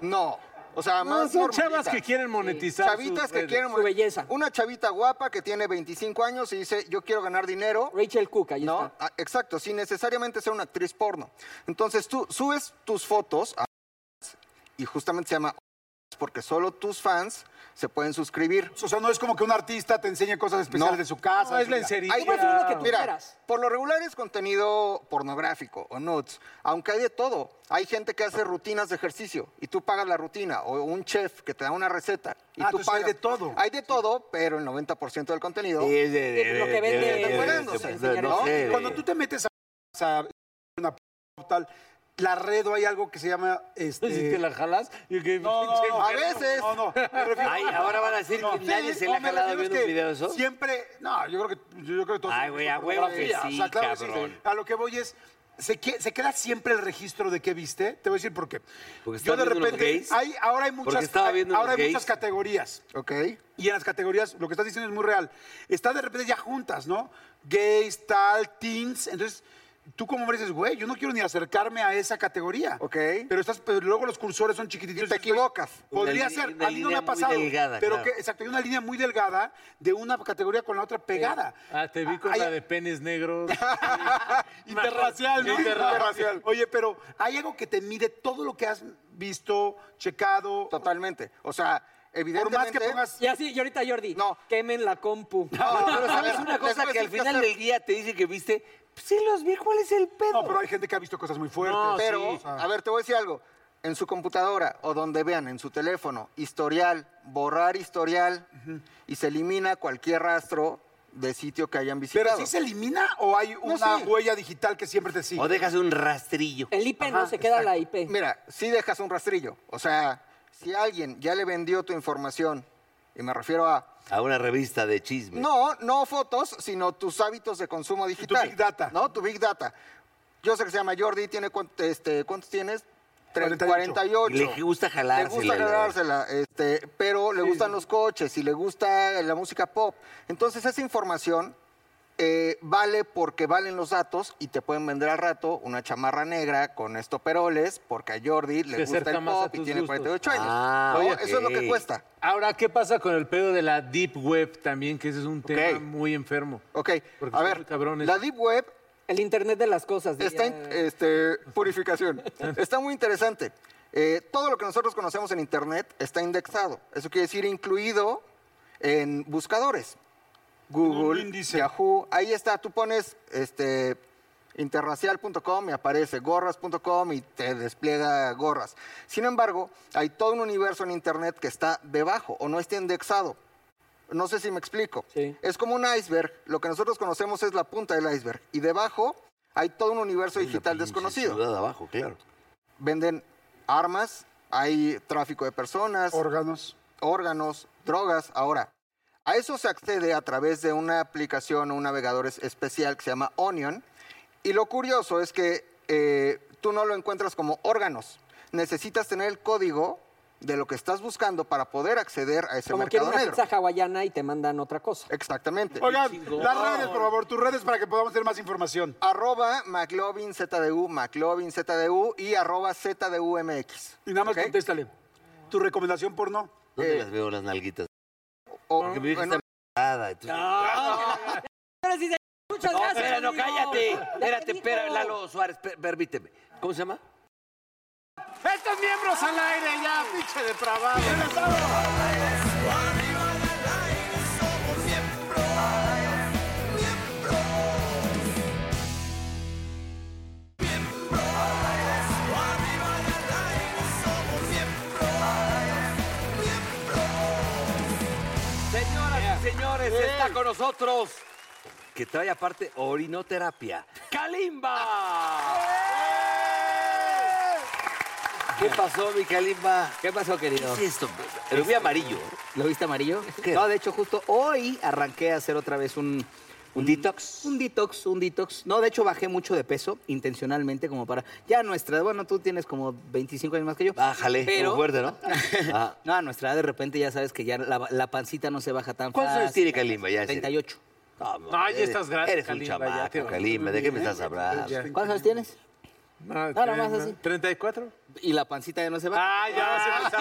No. O sea, No, más son chavas normalitas. que quieren monetizar. Chavitas sus que redes. quieren... su belleza. Una chavita guapa que tiene 25 años y dice, yo quiero ganar dinero. Rachel Cook, ahí No, está. ah, exacto, sin necesariamente ser una actriz porno. Entonces tú subes tus fotos a y justamente se llama porque solo tus fans se pueden suscribir. O sea, no es como que un artista te enseñe cosas especiales No. de su casa. No, de es su vida. lencería. Hay- Tú puedes hacer lo que tú Mira, quieras. por lo regular es contenido pornográfico o nudes, aunque hay de todo. Hay gente que hace rutinas de ejercicio y tú pagas la rutina, o un chef que te da una receta y Ah, tú entonces hay pagas. de todo. Hay de todo, pero el 90% del contenido. Sí, es de- de- Lo que de- vende- de- de- de- Encuerándose, de- ¿no? No sé. de- Cuando tú te metes a, a una p- tal, la red o hay algo que se llama... Este... Si te la jalas, yo que No, no, no, A no, veces. No, no, me refiero- Ay, ahora van a decir que nadie se le no, ha me jalado refiero viendo es un que video de eso. Siempre, no, yo creo que, yo creo que todos Ay, hemos güey, visto a huevo que pornografía, sí, claro que cabrón. A lo que voy es, se, que- se queda siempre el registro de qué viste. Te voy a decir por qué. Porque estaba yo de viendo los repente, gays. hay, ahora hay muchas, estaba hay- viendo los ahora hay gays. muchas categorías. ¿Ok? Y en las categorías, lo que estás diciendo es muy real. Está de repente ya juntas, ¿no? Gays, tal, teens. Entonces, tú como hombre dices, güey, yo no quiero ni acercarme a esa categoría. Ok. Pero, estás, pero luego los cursores son chiquititos. Y te Dices, güey, equivocas. Podría Una li- ser. una a mí no me línea ha muy pasado. delgada, pero claro. que, exacto, hay una línea muy delgada de una categoría con la otra pegada. Ah, te vi con Hay- la de penes negros. Interracial, ¿no? Interracial. Oye, pero hay algo que te mide todo lo que has visto, checado. Totalmente. O sea, Por evidentemente. más que pongas Y así, y ahorita Jordi, No. quemen la compu. Pero sabes una cosa que al final del día te dice que viste, pues sí los vi, ¿cuál es el pedo? No, pero hay gente que ha visto cosas muy fuertes. Pero, a ver, te voy a decir algo. En su computadora o donde vean, en su teléfono, historial, borrar historial y se elimina cualquier rastro de sitio que hayan visitado. ¿Pero sí se elimina o hay una sí. huella digital que siempre te sigue? O dejas un rastrillo. El IP no se queda la IP. Mira, sí dejas un rastrillo. O sea, si alguien ya le vendió tu información, y me refiero a. A una revista de chisme. No, no fotos, sino tus hábitos de consumo digital. big data. No, tu big data. Yo sé que se llama Jordi, tiene cuant- este, ¿cuántos tienes? Tre- 48. 48. Le gusta Le jalársela. gusta ganársela, este, pero le gustan los coches y le gusta la música pop. Entonces esa información eh, vale porque valen los datos y te pueden vender al rato una chamarra negra con estoperoles porque a Jordi le Se gusta acerca el más a pop y tus tiene gustos. 48 años. Ah, ¿No? ok. Eso es lo que cuesta. Ahora, ¿qué pasa con el pedo de la Deep Web también? Que ese es un tema Ok. muy enfermo. Ok, Porque a son ver, muy cabrones. la Deep Web El Internet de las cosas. Está diría. in- este, purificación. Está muy interesante. Eh, todo lo que nosotros conocemos en Internet está indexado. Eso quiere decir incluido en buscadores. Un Google, índice. Yahoo, ahí está. Tú pones este, interracial.com y aparece gorras.com y te despliega gorras. Sin embargo, hay todo un universo en Internet que está debajo o no está indexado. No sé si me explico. Sí. Es como un iceberg. Lo que nosotros conocemos es la punta del iceberg. Y debacho hay todo un universo digital desconocido. Ciudad abajo, claro. Venden armas, hay tráfico de personas, Órganos. órganos, drogas. Ahora, a eso se accede a través de una aplicación o un navegador es- especial que se llama Onion. Y lo curioso es que eh, tú no lo encuentras como órganos. necesitas tener el código de lo que estás buscando para poder acceder a ese Como quiero mercado una negro. pizza hawaiana y te mandan otra cosa. Exactamente. Oigan, las redes, por favor, tus redes para que podamos tener más información. Arroba McLovin ZDU, McLovin ZDU y arroba ZDUMX. Y nada más ¿Ok? contéstale. ¿Tu recomendación porno? ¿Dónde las veo las nalguitas? O- Porque mi hija bueno, está embarazada, entonces- Pero sí, muchas Ah, No, gracias. espera, no, amigo. cállate. Ya te Espérate, dijo. espera, Lalo Suárez, per- permíteme. ¿Cómo se llama? ¡Estos miembros al aire ya, pinche depravado! Señoras y señores, está con nosotros, Eh. que trae aparte orinoterapia, Kalimba. ¿Qué pasó, mi Kalimba? ¿Qué pasó, querido? ¿Qué es esto? Lo vi amarillo. ¿Lo viste amarillo? ¿Qué? No, de hecho, justo hoy arranqué a hacer otra vez un... ¿Un detox? Un detox, un detox. No, de hecho, bajé mucho de peso intencionalmente como para... Ya nuestra... Bueno, tú tienes como 25 años más que yo. Bájale, Pero- pero fuerte, ¿no? Ah, No, a nuestra edad de repente ya sabes que ya la, la pancita no se baja tan ¿Cuántos fácil. años tiene Kalimba ya? 38. No, ya eres- estás grande, Eres un Kalimba, ya te chamaco, vas. Kalimba. ¿De qué me estás hablando? ¿Cuántos años tienes? No, Nada más así. ¿34? Y la pancita ya no se baja. Ah, ya vas a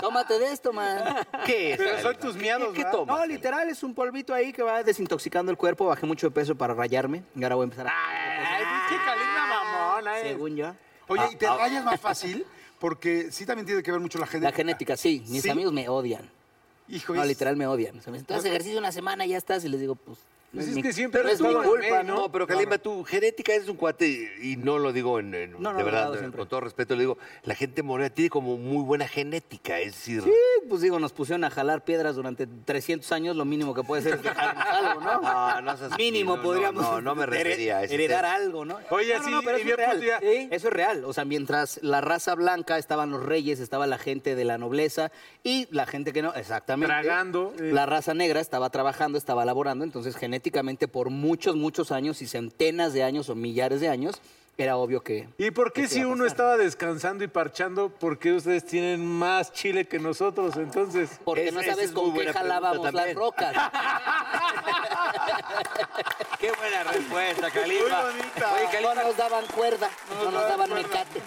Tómate de esto, man. ¿Qué es? Pero son Kalimba? tus miedos, ¿Qué, qué ¿verdad? tomas? No, literal, es un polvito ahí que va desintoxicando el cuerpo. Bajé mucho de peso para rayarme. Y ahora voy a empezar a... Ay, pinche Ah, Kalimba mamona, eh. Según yo. Oye, ¿y te rayas más fácil? Porque sí también tiene que ver mucho la genética. ah. La genética, sí. Mis Sí. amigos me odian. Hijo, No, es- literal, me odian. O sea, me dicen, "Tú haces ejercicio una semana y ya estás. Y les digo, pues... no Pues es mi- que siempre no has es mi estado en el culpa, medio, ¿no? No, pero Kalimba, tu genética es un cuate, y no lo digo en, en- No, no, de lo verdad, hago siempre. con todo respeto, le digo, la gente morena tiene como muy buena genética, es decir, Sí, pues digo, nos pusieron a jalar piedras durante 300 años, lo mínimo que puede ser es que jalemos algo, ¿no? No, no seas- no, mínimo no, podríamos no, no me refería a hered- ese heredar tema. algo, ¿no? Oye, No, no, sí, no, pero y eso bien es real. puntual, ¿Sí? Eso es real. O sea, mientras la raza blanca estaban los reyes, estaba la gente de la nobleza y la gente que no, exactamente. Tragando. La raza negra estaba trabajando, estaba laborando, entonces genéticamente por muchos, muchos años y centenas de años o millares de años, era obvio que... ¿Y por qué si uno estaba descansando y parchando, por qué ustedes tienen más chile que nosotros entonces? Porque no Esa- esa sabes es muy con qué buena pregunta jalábamos las también. rocas. Qué buena respuesta, Kalimba. Muy bonita. Oye, No Kalimba, nos daban cuerda, no nos daban mecate.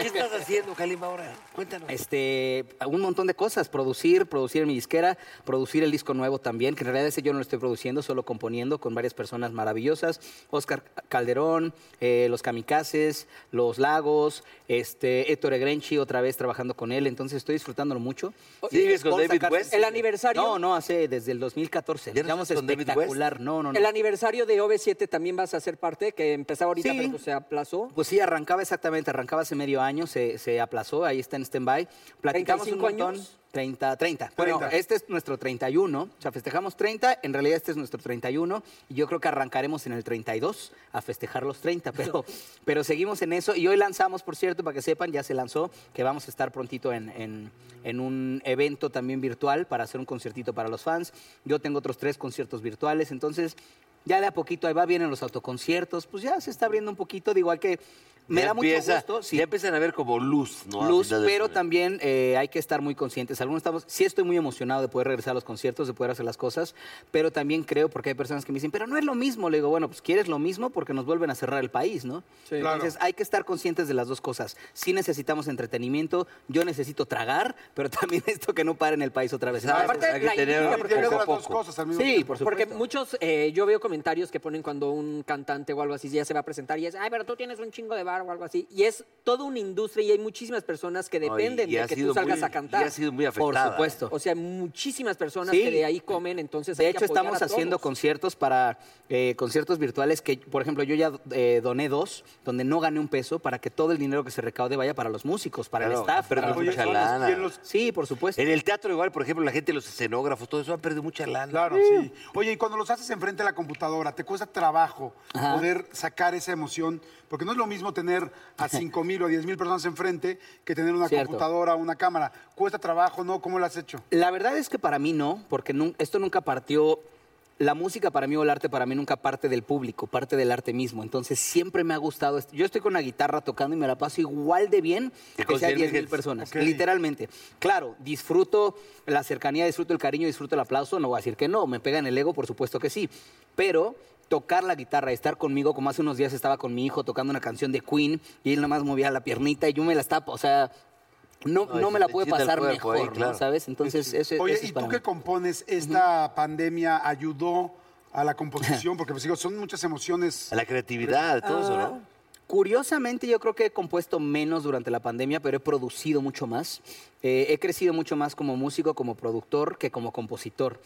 ¿qué estás haciendo, Kalimba, ahora? Cuéntanos. Este, un montón de cosas, producir, producir en mi disquera, producir el disco nuevo también, que en realidad ese yo no lo estoy produciendo, solo componiendo con varias personas maravillosas, Oscar Calderón, eh, los Kamikazes, los Lagos, este, Héctor Egrenchi otra vez trabajando con él, entonces estoy disfrutándolo mucho. Oh, ¿Sigues con Vamos a David sacar- West? El aniversario. No, no, hace desde el 2014. ¿Ya no estás Digamos con David West? espectacular. No, no, no. El aniversario de OV7 también vas a ser parte, que empezaba ahorita, Sí. pero pues se aplazó. Pues sí, arrancaba exactamente, arrancaba hace medio año, se, se aplazó, ahí está en stand-by. Platicamos un 35 montón. años. 30, 30. Bueno, 30. este es nuestro 31, o sea, festejamos 30, en realidad este es nuestro 31, y yo creo que arrancaremos en el 32 a festejar los 30, pero, pero seguimos en eso, y hoy lanzamos, por cierto, para que sepan, ya se lanzó, que vamos a estar prontito en, en- en un evento también virtual para hacer un conciertito para los fans, yo tengo otros tres conciertos virtuales, entonces ya de a poquito ahí va, vienen los autoconciertos, pues ya se está abriendo un poquito, de igual que me Ya da empieza- mucho gusto. sí Ya empiezan a ver como luz, ¿no? A luz, final de pero túnel. también eh, hay que estar muy conscientes. Algunos estamos, sí estoy muy emocionado de poder regresar a los conciertos, de poder hacer las cosas, pero también creo, porque hay personas que me dicen, pero no es lo mismo. Le digo, bueno, pues quieres lo mismo porque nos vuelven a cerrar el país, ¿no? Entonces hay que estar conscientes de las dos cosas. Sí necesitamos entretenimiento, yo necesito tragar, pero también esto que no pare en el país otra vez. Exacto, Aparte, hay que la tener industria, Tiene que ver poco a las dos poco. cosas al mismo Sí, tiempo. por supuesto. Porque muchos, eh, yo veo comentarios que ponen cuando un cantante o algo así ya se va a presentar y es, ay, pero tú tienes un chingo de bar o algo así. Y es toda una industria y hay muchísimas personas que No, y- dependen y ha de que tú sido salgas muy- a cantar. Y ha sido muy Por afectada. supuesto. O sea, muchísimas personas Sí. que de ahí comen, entonces De hay que hecho, apoyar estamos a haciendo todos. conciertos para eh, conciertos virtuales que, por ejemplo, yo ya eh, doné dos, donde no gané un peso, para que todo el dinero que se recaude vaya para los músicos, para el Claro, staff. pero para no los- mucha son los- lana. y en los- Sí, por supuesto. En el teatro igual, por ejemplo, la gente, los escenógrafos, todo eso han perdido mucha lana. Claro, sí. Oye, y cuando los haces enfrente de la computadora, ¿te cuesta trabajo poder sacar esa emoción? Porque no es lo mismo tener a 5 mil o a 10 mil personas enfrente que tener una Cierto. computadora, una cámara. ¿Cuesta trabajo, no? ¿Cómo lo has hecho? La verdad es que para mí no, porque nun- esto nunca partió. la música para mí o el arte para mí nunca parte del público, parte del arte mismo. Entonces siempre me ha gustado. esto. Yo estoy con la guitarra tocando y me la paso igual de bien ¿Te que sea consideras 10 que mil es- personas. ok. Literalmente. Claro, disfruto la cercanía, disfruto el cariño, disfruto el aplauso. No voy a decir que no. Me pega en el ego, por supuesto que sí. Pero tocar la guitarra, estar conmigo, como hace unos días estaba con mi hijo tocando una canción de Queen y él nomás movía la piernita y yo me la estaba, o sea, No, no, no, y se me la te pude excita el pasar cuerpo mejor, ahí, ¿no? claro. ¿sabes? Entonces, ese, Oye, ese es ¿y para tú que mí. compones esta pandemia ayudó a la composición? Porque pues digo, son muchas emociones. La creatividad, todo eso, ¿no? Curiosamente, yo creo que he compuesto menos durante la pandemia, pero he producido mucho más. Eh, he crecido mucho más como músico, como productor, que como compositor.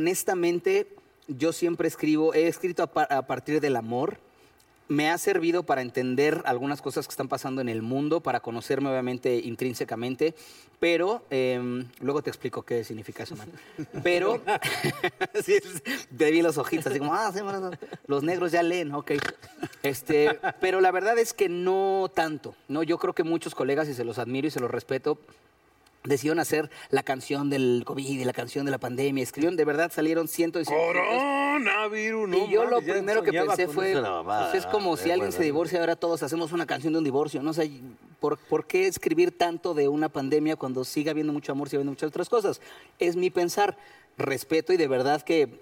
Honestamente, yo siempre escribo, he escrito a, par- a partir del amor. Me ha servido para entender algunas cosas que están pasando en el mundo, para conocerme obviamente intrínsecamente, pero em, luego te explico qué significa eso, man. Pero sí, es- te vi los ojitos, así como, ah, sí, bueno, los negros ya leen, ok. Este, pero la verdad es que no tanto, ¿no? Yo creo que muchos colegas, y se los admiro y se los respeto, decidieron hacer la canción del COVID y la canción de la pandemia. Escribieron, de verdad salieron cientos y cientos. Coronavirus, no y yo lo mames, ya primero que soñaba pensé con fue, eso. Es una mamada, pues es ¿no? como De si alguien se acuerdo. divorcia, ahora todos hacemos una canción de un divorcio, ¿no? O sea, y ¿por, por qué escribir tanto de una pandemia cuando sigue habiendo mucho amor, sigue habiendo muchas otras cosas? Es mi pensar, respeto y de verdad que...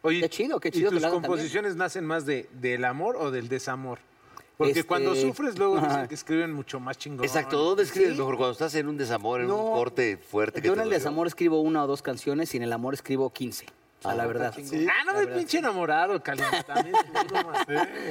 Oye, qué chido, qué ¿y chido que tus lo hagan también. composiciones nacen más de, del amor o del desamor? Porque Este- cuando sufres luego dicen Ajá. que escriben mucho más chingón. Exacto, ¿dónde escribes Sí. mejor? Cuando estás en un desamor, en No, un corte fuerte. que Yo en te el dolió. desamor escribo una o dos canciones y en el amor escribo 15. O sea, la verdad. Ah, no me pinche enamorado, Caliente. También tú, no más.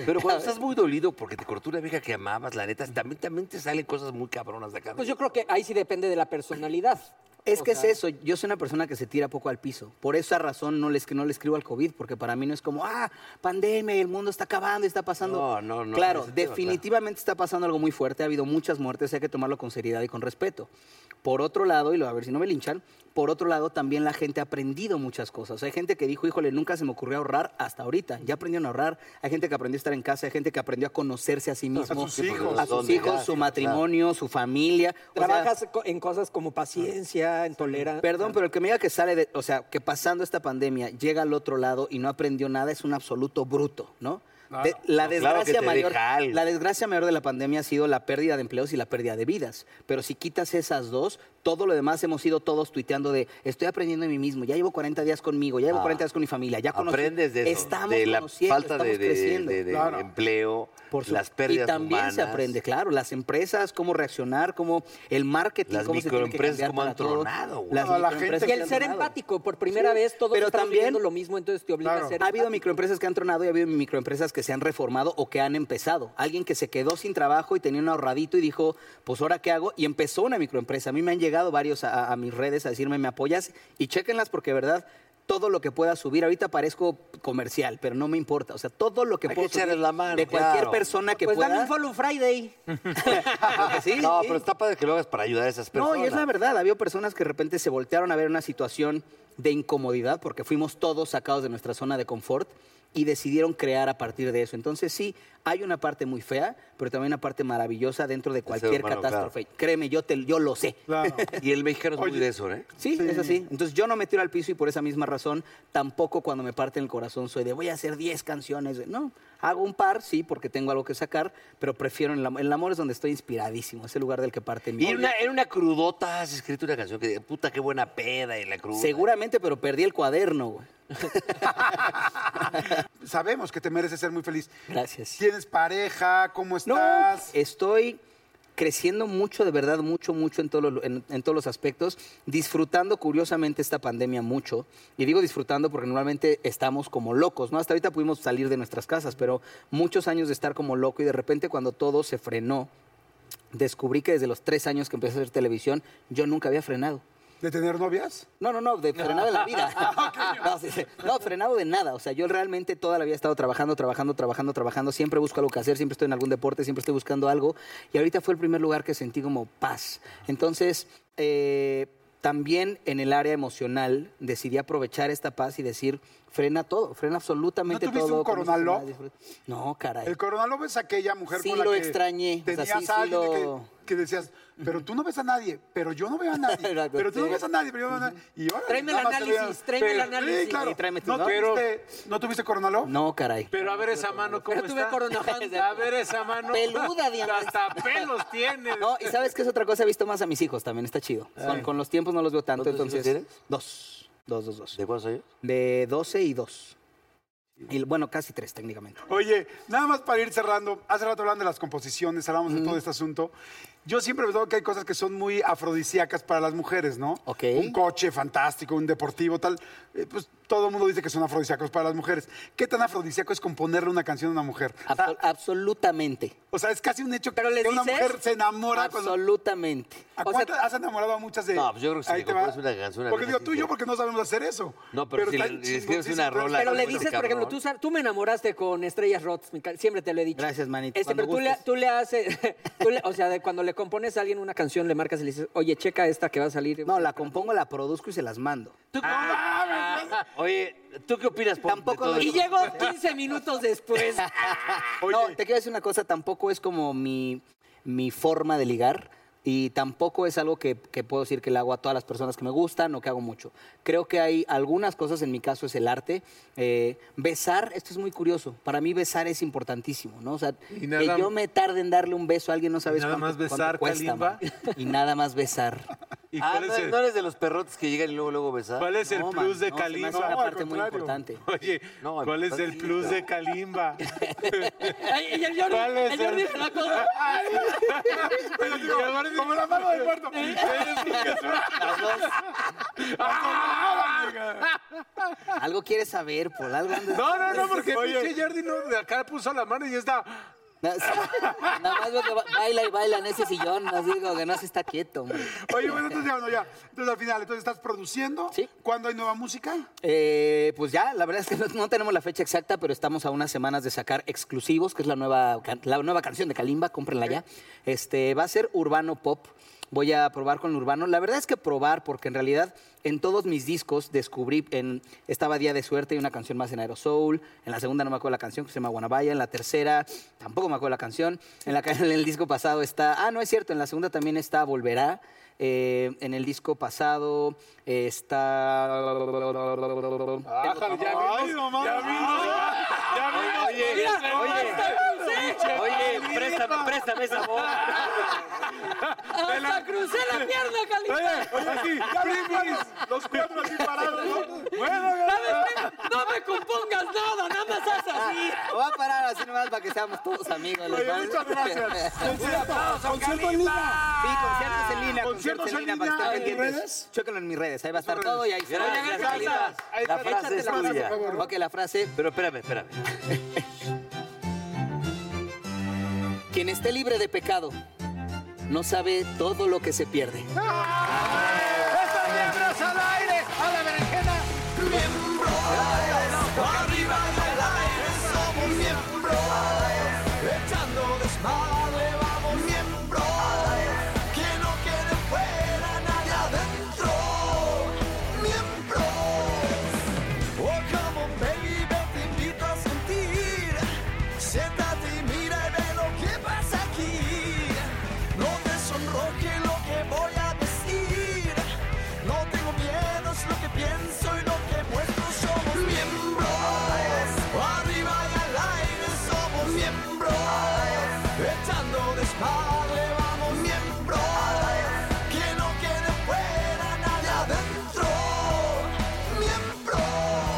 Pero cuando estás muy dolido porque te cortó una vieja que amabas, la neta, también, también te salen cosas muy cabronas de acá. Pues yo creo que ahí sí depende de la personalidad. Es O que sea, es eso, yo soy una persona que se tira poco al piso. Por esa razón no le, escri- no le escribo al COVID, porque para mí no es como, ah, pandemia, el mundo está acabando, está pasando. No, no, no, Claro, ese tema, definitivamente está pasando algo muy fuerte, ha habido muchas muertes, hay que tomarlo con seriedad y con respeto. Por otro lado, y lo- a ver si no me linchan, por otro lado también la gente ha aprendido muchas cosas. Hay gente que dijo, híjole, nunca se me ocurrió ahorrar hasta ahorita. Ya aprendieron a ahorrar, hay gente que aprendió a estar en casa, hay gente que aprendió a conocerse a sí mismo. sus hijos. A sus ¿Dónde? hijos, su Claro. matrimonio, su familia. O sea, Trabajas co- en cosas como paciencia, en tolerancia. Perdón, pero el que me diga que sale de, o sea, que pasando esta pandemia llega al otro lado y no aprendió nada es un absoluto bruto, ¿no? De- la, Ah, no, claro que desgracia te mayor, deja algo. la desgracia mayor de la pandemia ha sido la pérdida de empleos y la pérdida de vidas. Pero si quitas esas dos, todo lo demás hemos ido todos tuiteando de estoy aprendiendo de mí mismo, ya llevo 40 días conmigo, ya llevo Ah. 40 días con mi familia, ya conocí- Aprendes de eso, Estamos de la conociendo, falta de, estamos de- creciendo. de- de Claro. empleo, Por su- las pérdidas Y también se humanas. aprende, claro, las empresas, cómo reaccionar, cómo el marketing, Las cómo se tiene que microempresas, cambiar cómo han para todo. tronado, güey. Las No, la microempresas gente- Y que el han ser tronado. empático, por primera vez todos pero estamos también- viviendo lo mismo, entonces te obliga Claro. a ser Ha habido empático. microempresas que han tronado y ha habido microempresas que se han reformado o que han empezado. Alguien que se quedó sin trabajo y tenía un ahorradito y dijo, pues ahora qué hago, y empezó una microempresa. A mí me han llegado varios a, a- a mis redes a decirme, me apoyas y chéquenlas porque, de verdad, todo lo que pueda subir, ahorita parezco comercial, pero no me importa. O sea, todo lo que Hay puedo que echarles subir la mano, de cualquier claro. persona que Pues pueda. dame un follow Friday. porque sí, No, sí. pero está padre que lo hagas para ayudar a esas personas. No, y es la verdad, había personas que de repente se voltearon a ver una situación de incomodidad porque fuimos todos sacados de nuestra zona de confort y decidieron crear a partir de eso. Entonces sí, hay una parte muy fea, pero también una parte maravillosa dentro de cualquier humano, catástrofe. Créeme, yo, te, yo lo sé. Claro. Y el mexicano es muy de eso, ¿eh? Sí, es así. Entonces yo no me tiro al piso y por esa misma razón tampoco cuando me parte el corazón soy de voy a hacer 10 canciones. No, hago un par, sí, porque tengo algo que sacar, pero prefiero en el, am- el amor es donde estoy inspiradísimo, es el lugar del que parte mi Y en una, en una crudota has escrito una canción que de puta, qué buena peda y la cruda. Seguramente, pero perdí el cuaderno, güey. em-, Sabemos que te mereces ser muy feliz. Gracias. ¿Tienes pareja? ¿Cómo No, estás? estoy creciendo mucho, de verdad, mucho, mucho en, todos los- en- en todos los aspectos, disfrutando curiosamente esta pandemia mucho. Y digo disfrutando porque normalmente estamos como locos, ¿no? Hasta ahorita pudimos salir de nuestras casas, pero muchos años de estar como loco y de repente cuando todo se frenó, descubrí que desde los tres años que empecé a hacer televisión, yo nunca había frenado. ¿De tener novias? No, no, no, de frenado de la vida. no, sí, sí. No, frenado de nada. O sea, yo realmente toda la vida he estado trabajando, trabajando, trabajando, trabajando. Siempre busco algo que hacer, siempre estoy en algún deporte, siempre estoy buscando algo. Y ahorita fue el primer lugar que sentí como paz. Entonces, eh, también en el área emocional decidí aprovechar esta paz y decir, frena todo, frena absolutamente ¿No tuviste todo. un conoce a coronaló? nadie, disfruta". No, caray. El coronaló es aquella mujer Sí con la lo que extrañé. O sea, tenías sí, sí a alguien de lo- que, que decías, pero tú no ves a nadie, pero yo no veo a nadie, Exacto, pero tú no sí. ves a nadie, pero yo no veo a nadie. Y ahora Tráeme el análisis, tráeme el análisis. Sí, claro. Y tráeme tu ¿No, nombre. tuviste, ¿No tuviste coronaló? No, caray. Pero a ver esa mano, ¿cómo Pero tuve está? coronajante. A ver esa mano. Peluda, Diana. Hasta pelos tiene. No, y sabes que es otra cosa, he visto más a mis hijos también, está chido. Con, con los tiempos no los veo tanto, ¿Cuántos hijos entonces. tienes? Dos. Dos, dos, dos. ¿De cuántos años? De 12 y 2. Y, bueno, casi tres técnicamente. Oye, nada más para ir cerrando, hace rato hablando de las composiciones, hablamos de todo este asunto. Yo siempre veo que hay cosas que son muy afrodisíacas para las mujeres, ¿no? Ok. Un coche fantástico, un deportivo, tal. Eh, pues todo el mundo dice que son afrodisíacos para las mujeres. ¿Qué tan afrodisíaco es componerle una canción a una mujer? O sea, Absol- absolutamente. o sea, es casi un hecho ¿Pero le que una dices? mujer se enamora cuando... Absolutamente. ¿A O sea, cuántas has enamorado a muchas de.? No, pues yo creo que si Ahí le te va. compones una canción a Porque digo, vieja, sí tú y te- yo, porque no sabemos hacer eso. No, pero si está le- le escribes una chingoncísimo. rola- Pero le Bueno, dices, por cabrón. ejemplo, tú, sa- tú me enamoraste con Estrellas Rots, mi ca- siempre te lo he dicho. Gracias, manito, Este, cuando pero tú le, gustes. tú le haces, tú le- o sea, de cuando le compones a alguien una canción, le marcas y le dices, oye, checa esta que va a salir. No, la compongo, la produzco y se las mando. Tú- Oye, ¿tú qué opinas, Pop, de Tampoco todo lo- Y esto? llegó 15 minutos después. No, te quiero decir una cosa, tampoco es como mi, mi forma de ligar y tampoco es algo que, que puedo decir que le hago a todas las personas que me gustan o que hago mucho. Creo que hay algunas cosas, en mi caso es el arte. Eh, besar, esto es muy curioso, para mí besar es importantísimo, ¿no? O sea, Y nada- que yo me tarde en darle un beso a alguien, no sabes nada cuánto, más cuánto besar, cuesta, Kalimba. man. Y nada más besar. ¿Y Ah, cuál ¿no, es el, no eres de los perrotes que llegan y luego luego besar? cuál es el No, man, plus de no, se me hace una Kalimba? No, al parte muy contrario. importante. Oye, No, ¿cuál es el sí, plus no. de Kalimba? Ay, y el Jordi, ¿Cuál es el Jordi el- me la cosa. Ah. Pero digo, como la mano del muerto. Eres un Algo quieres saber, Paul, algo andas- No, no, no, porque pinche Jordi no, de acá puso la mano y ya está. Na- Nada más veo que ba- baila y baila en ese sillón, no digo que no se está quieto. hombre. Oye, bueno, entonces ya, bueno, ya. Entonces al final, entonces estás produciendo. Sí. ¿Cuándo hay nueva música? Eh, pues ya, la verdad es que no, no tenemos la fecha exacta, pero estamos a unas semanas de sacar exclusivos, que es la nueva, can- la nueva canción de Kalimba, cómprenla ya. Este, va a ser Urbano Pop. Voy a probar con Urbano. La verdad es que probar, porque en realidad en todos mis discos descubrí, en estaba Día de Suerte y una canción más en Aerosoul, en la segunda no me acuerdo la canción que se llama Guanabaya, en la tercera tampoco me acuerdo la canción, en, la, ca- en el disco pasado está, ah, no es cierto, en la segunda también está Volverá, eh, en el disco pasado eh, está. Bájale, ya vimos, ya vimos, ya vimos. Oye, oye, oye, préstame, préstame esa voz. Hasta crucé la pierna, Cali. Oye, aquí, ya vimos los cuatro así parados, ¿no? Bueno, ya. ¿Sabes qué? No me compongas nada, nada más haz así. Voy a parar así nomás para que seamos todos amigos. ¿les Oye, parece? muchas gracias. Concierto, concierto en línea. Sí, conciertos en línea. Conciertos en línea, para ¿en estar pendientes. redes? Chéquenlo en mis redes, ahí va a estar todo y ahí está. Gracias, Kalimba. La frase es tuya. Ok, la frase. Pero espérame, espérame. Quien esté libre de pecado no sabe todo lo que se pierde. Arriba del aire somos miembros, echando desmadre vamos miembros. Quien no quiere fuera nadie adentro, miembros. Oh come on baby, te invito a sentir. Siéntate y mira y ve lo que pasa aquí. No te sonroje lo que voy a decir. No tengo miedo, es lo que pienso y lo que muestro somos miembros. Arriba y al aire somos miembros. Echando desmadre vamos miembros. Quien no quiere fuera nadie adentro. Miembros.